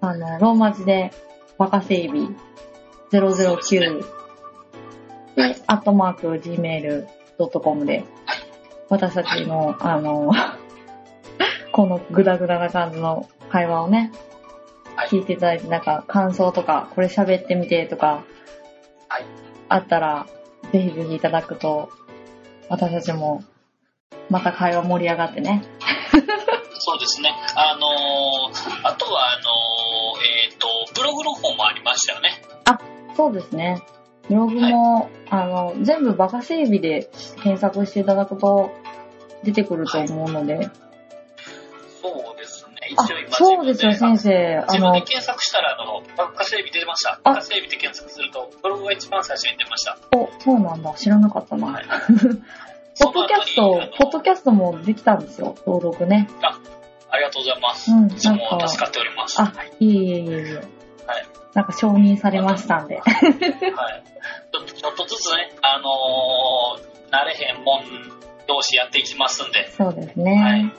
S1: あの、ローマ字でバカ整備
S2: そうですね
S1: 009
S2: はい
S1: アットマーク gmail.com で、私たちの、あの、 このグダグダな感じの会話をね、
S2: はい
S1: 聞いていただいて、なんか感想とか、これ喋ってみてとか、
S2: はい
S1: あったら、ぜひぜひいただくと、私たちも、また会話盛り上がってね。
S2: そうですね。あのーあとは、あのーえっ、と、ブログの方もありましたよね。
S1: そうですね。ブログも、あの、全部バカ整備で検索していただくと、出てくると思うので。
S2: そうですね。
S1: あ
S2: 一応、今
S1: そうですよ、
S2: 自
S1: 先
S2: 分
S1: 生。あ
S2: 自分で
S1: の、
S2: 検索したら、あの、爆火整備出てました。
S1: あ
S2: 爆火整備って検索すると、ブログが一番最初に出ました。
S1: お、そうなんだ。知らなかったな。
S2: はい。
S1: ポッドキャス
S2: その後
S1: ト
S2: に、
S1: ポッドキャストもできたんですよ、登録ね。
S2: ありがとうございます。
S1: うん、ない
S2: つ
S1: ん
S2: も助
S1: か、
S2: かっております。
S1: あ
S2: はい。、
S1: いえいえいえいえ。なんか承認されました んで。
S2: はいちょっとちょっとずつね、あのー慣れへんもん同士やっていきますんで、
S1: そうです
S2: はい
S1: ね。。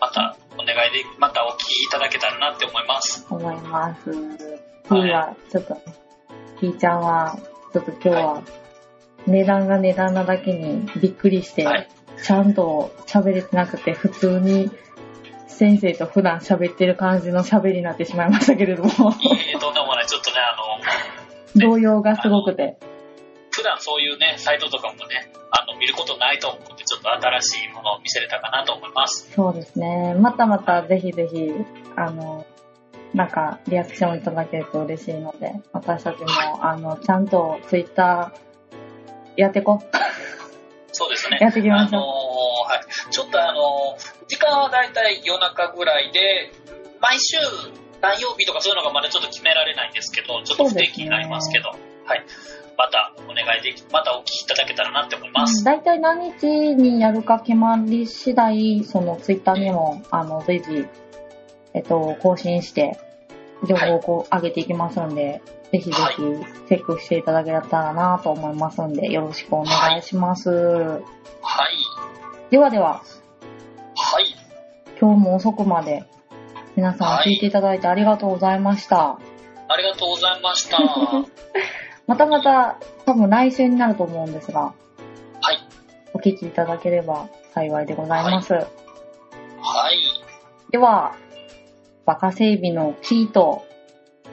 S2: また、お願いで、またお聞きいただけたらなって思います。
S1: 思います。次は、ちょっと、ひーちゃんは、ちょっと今日は、値段が値段なだけにびっくりして、
S2: はい。
S1: ちゃんと喋れてなくて、普通に先生と普段喋ってる感じの喋りになってしまいましたけれども、
S2: いえいえ、とんでもない。ちょっとね、あの、
S1: 動揺がすごくて。
S2: 普段そういうね、サイトとかもね、あの、見ることないと思うんで、ちょっと新しいものを見せれたかなと思います。
S1: そうですね。またまたぜひぜひ、あの、なんか、リアクションいただけると嬉しいので、私たちも、あの、ちゃんとツイッターやってこ。
S2: そうですね。
S1: やっていきましょう
S2: あのーはい。ちょっとあのー時間はだいたい夜中ぐらいで、毎週何曜日とかそういうのがまだちょっと決められないんですけど、ちょっと不定期になりますけど、はい。またお願いでき、またお聞きいただけたらなって思います。
S1: 大体何日にやるか決まり次第、そのツイッターにも、あの、随時、えっと、更新して、情報をこう上げていきますんで、ぜひぜ
S2: はい
S1: ひチェックしていただけたらなと思いますんで、よろしくお願いします。
S2: はい。
S1: ではでは、
S2: はい。
S1: 今日も遅くまで皆さん聞いていただいてありがとうございました。
S2: ありがとうござい ました。は
S1: またまた多分来週になると思うんですが、
S2: い。
S1: お聞きいただければ幸いでございます。
S2: はい。
S1: では、バカ整備のキーと、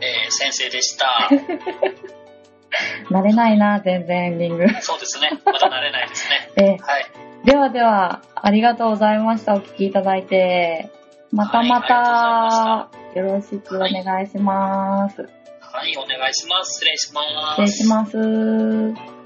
S2: えー、先生で した。
S1: 慣れないな、全然エンディング。
S2: そうですね。まだ慣れないですね。
S1: え
S2: はい。
S1: ではでは、ありがとうございました。お聞きいただいて。またまた、
S2: は
S1: よろしくお願いします。
S2: はい、お願いします。失礼します。
S1: 失礼します。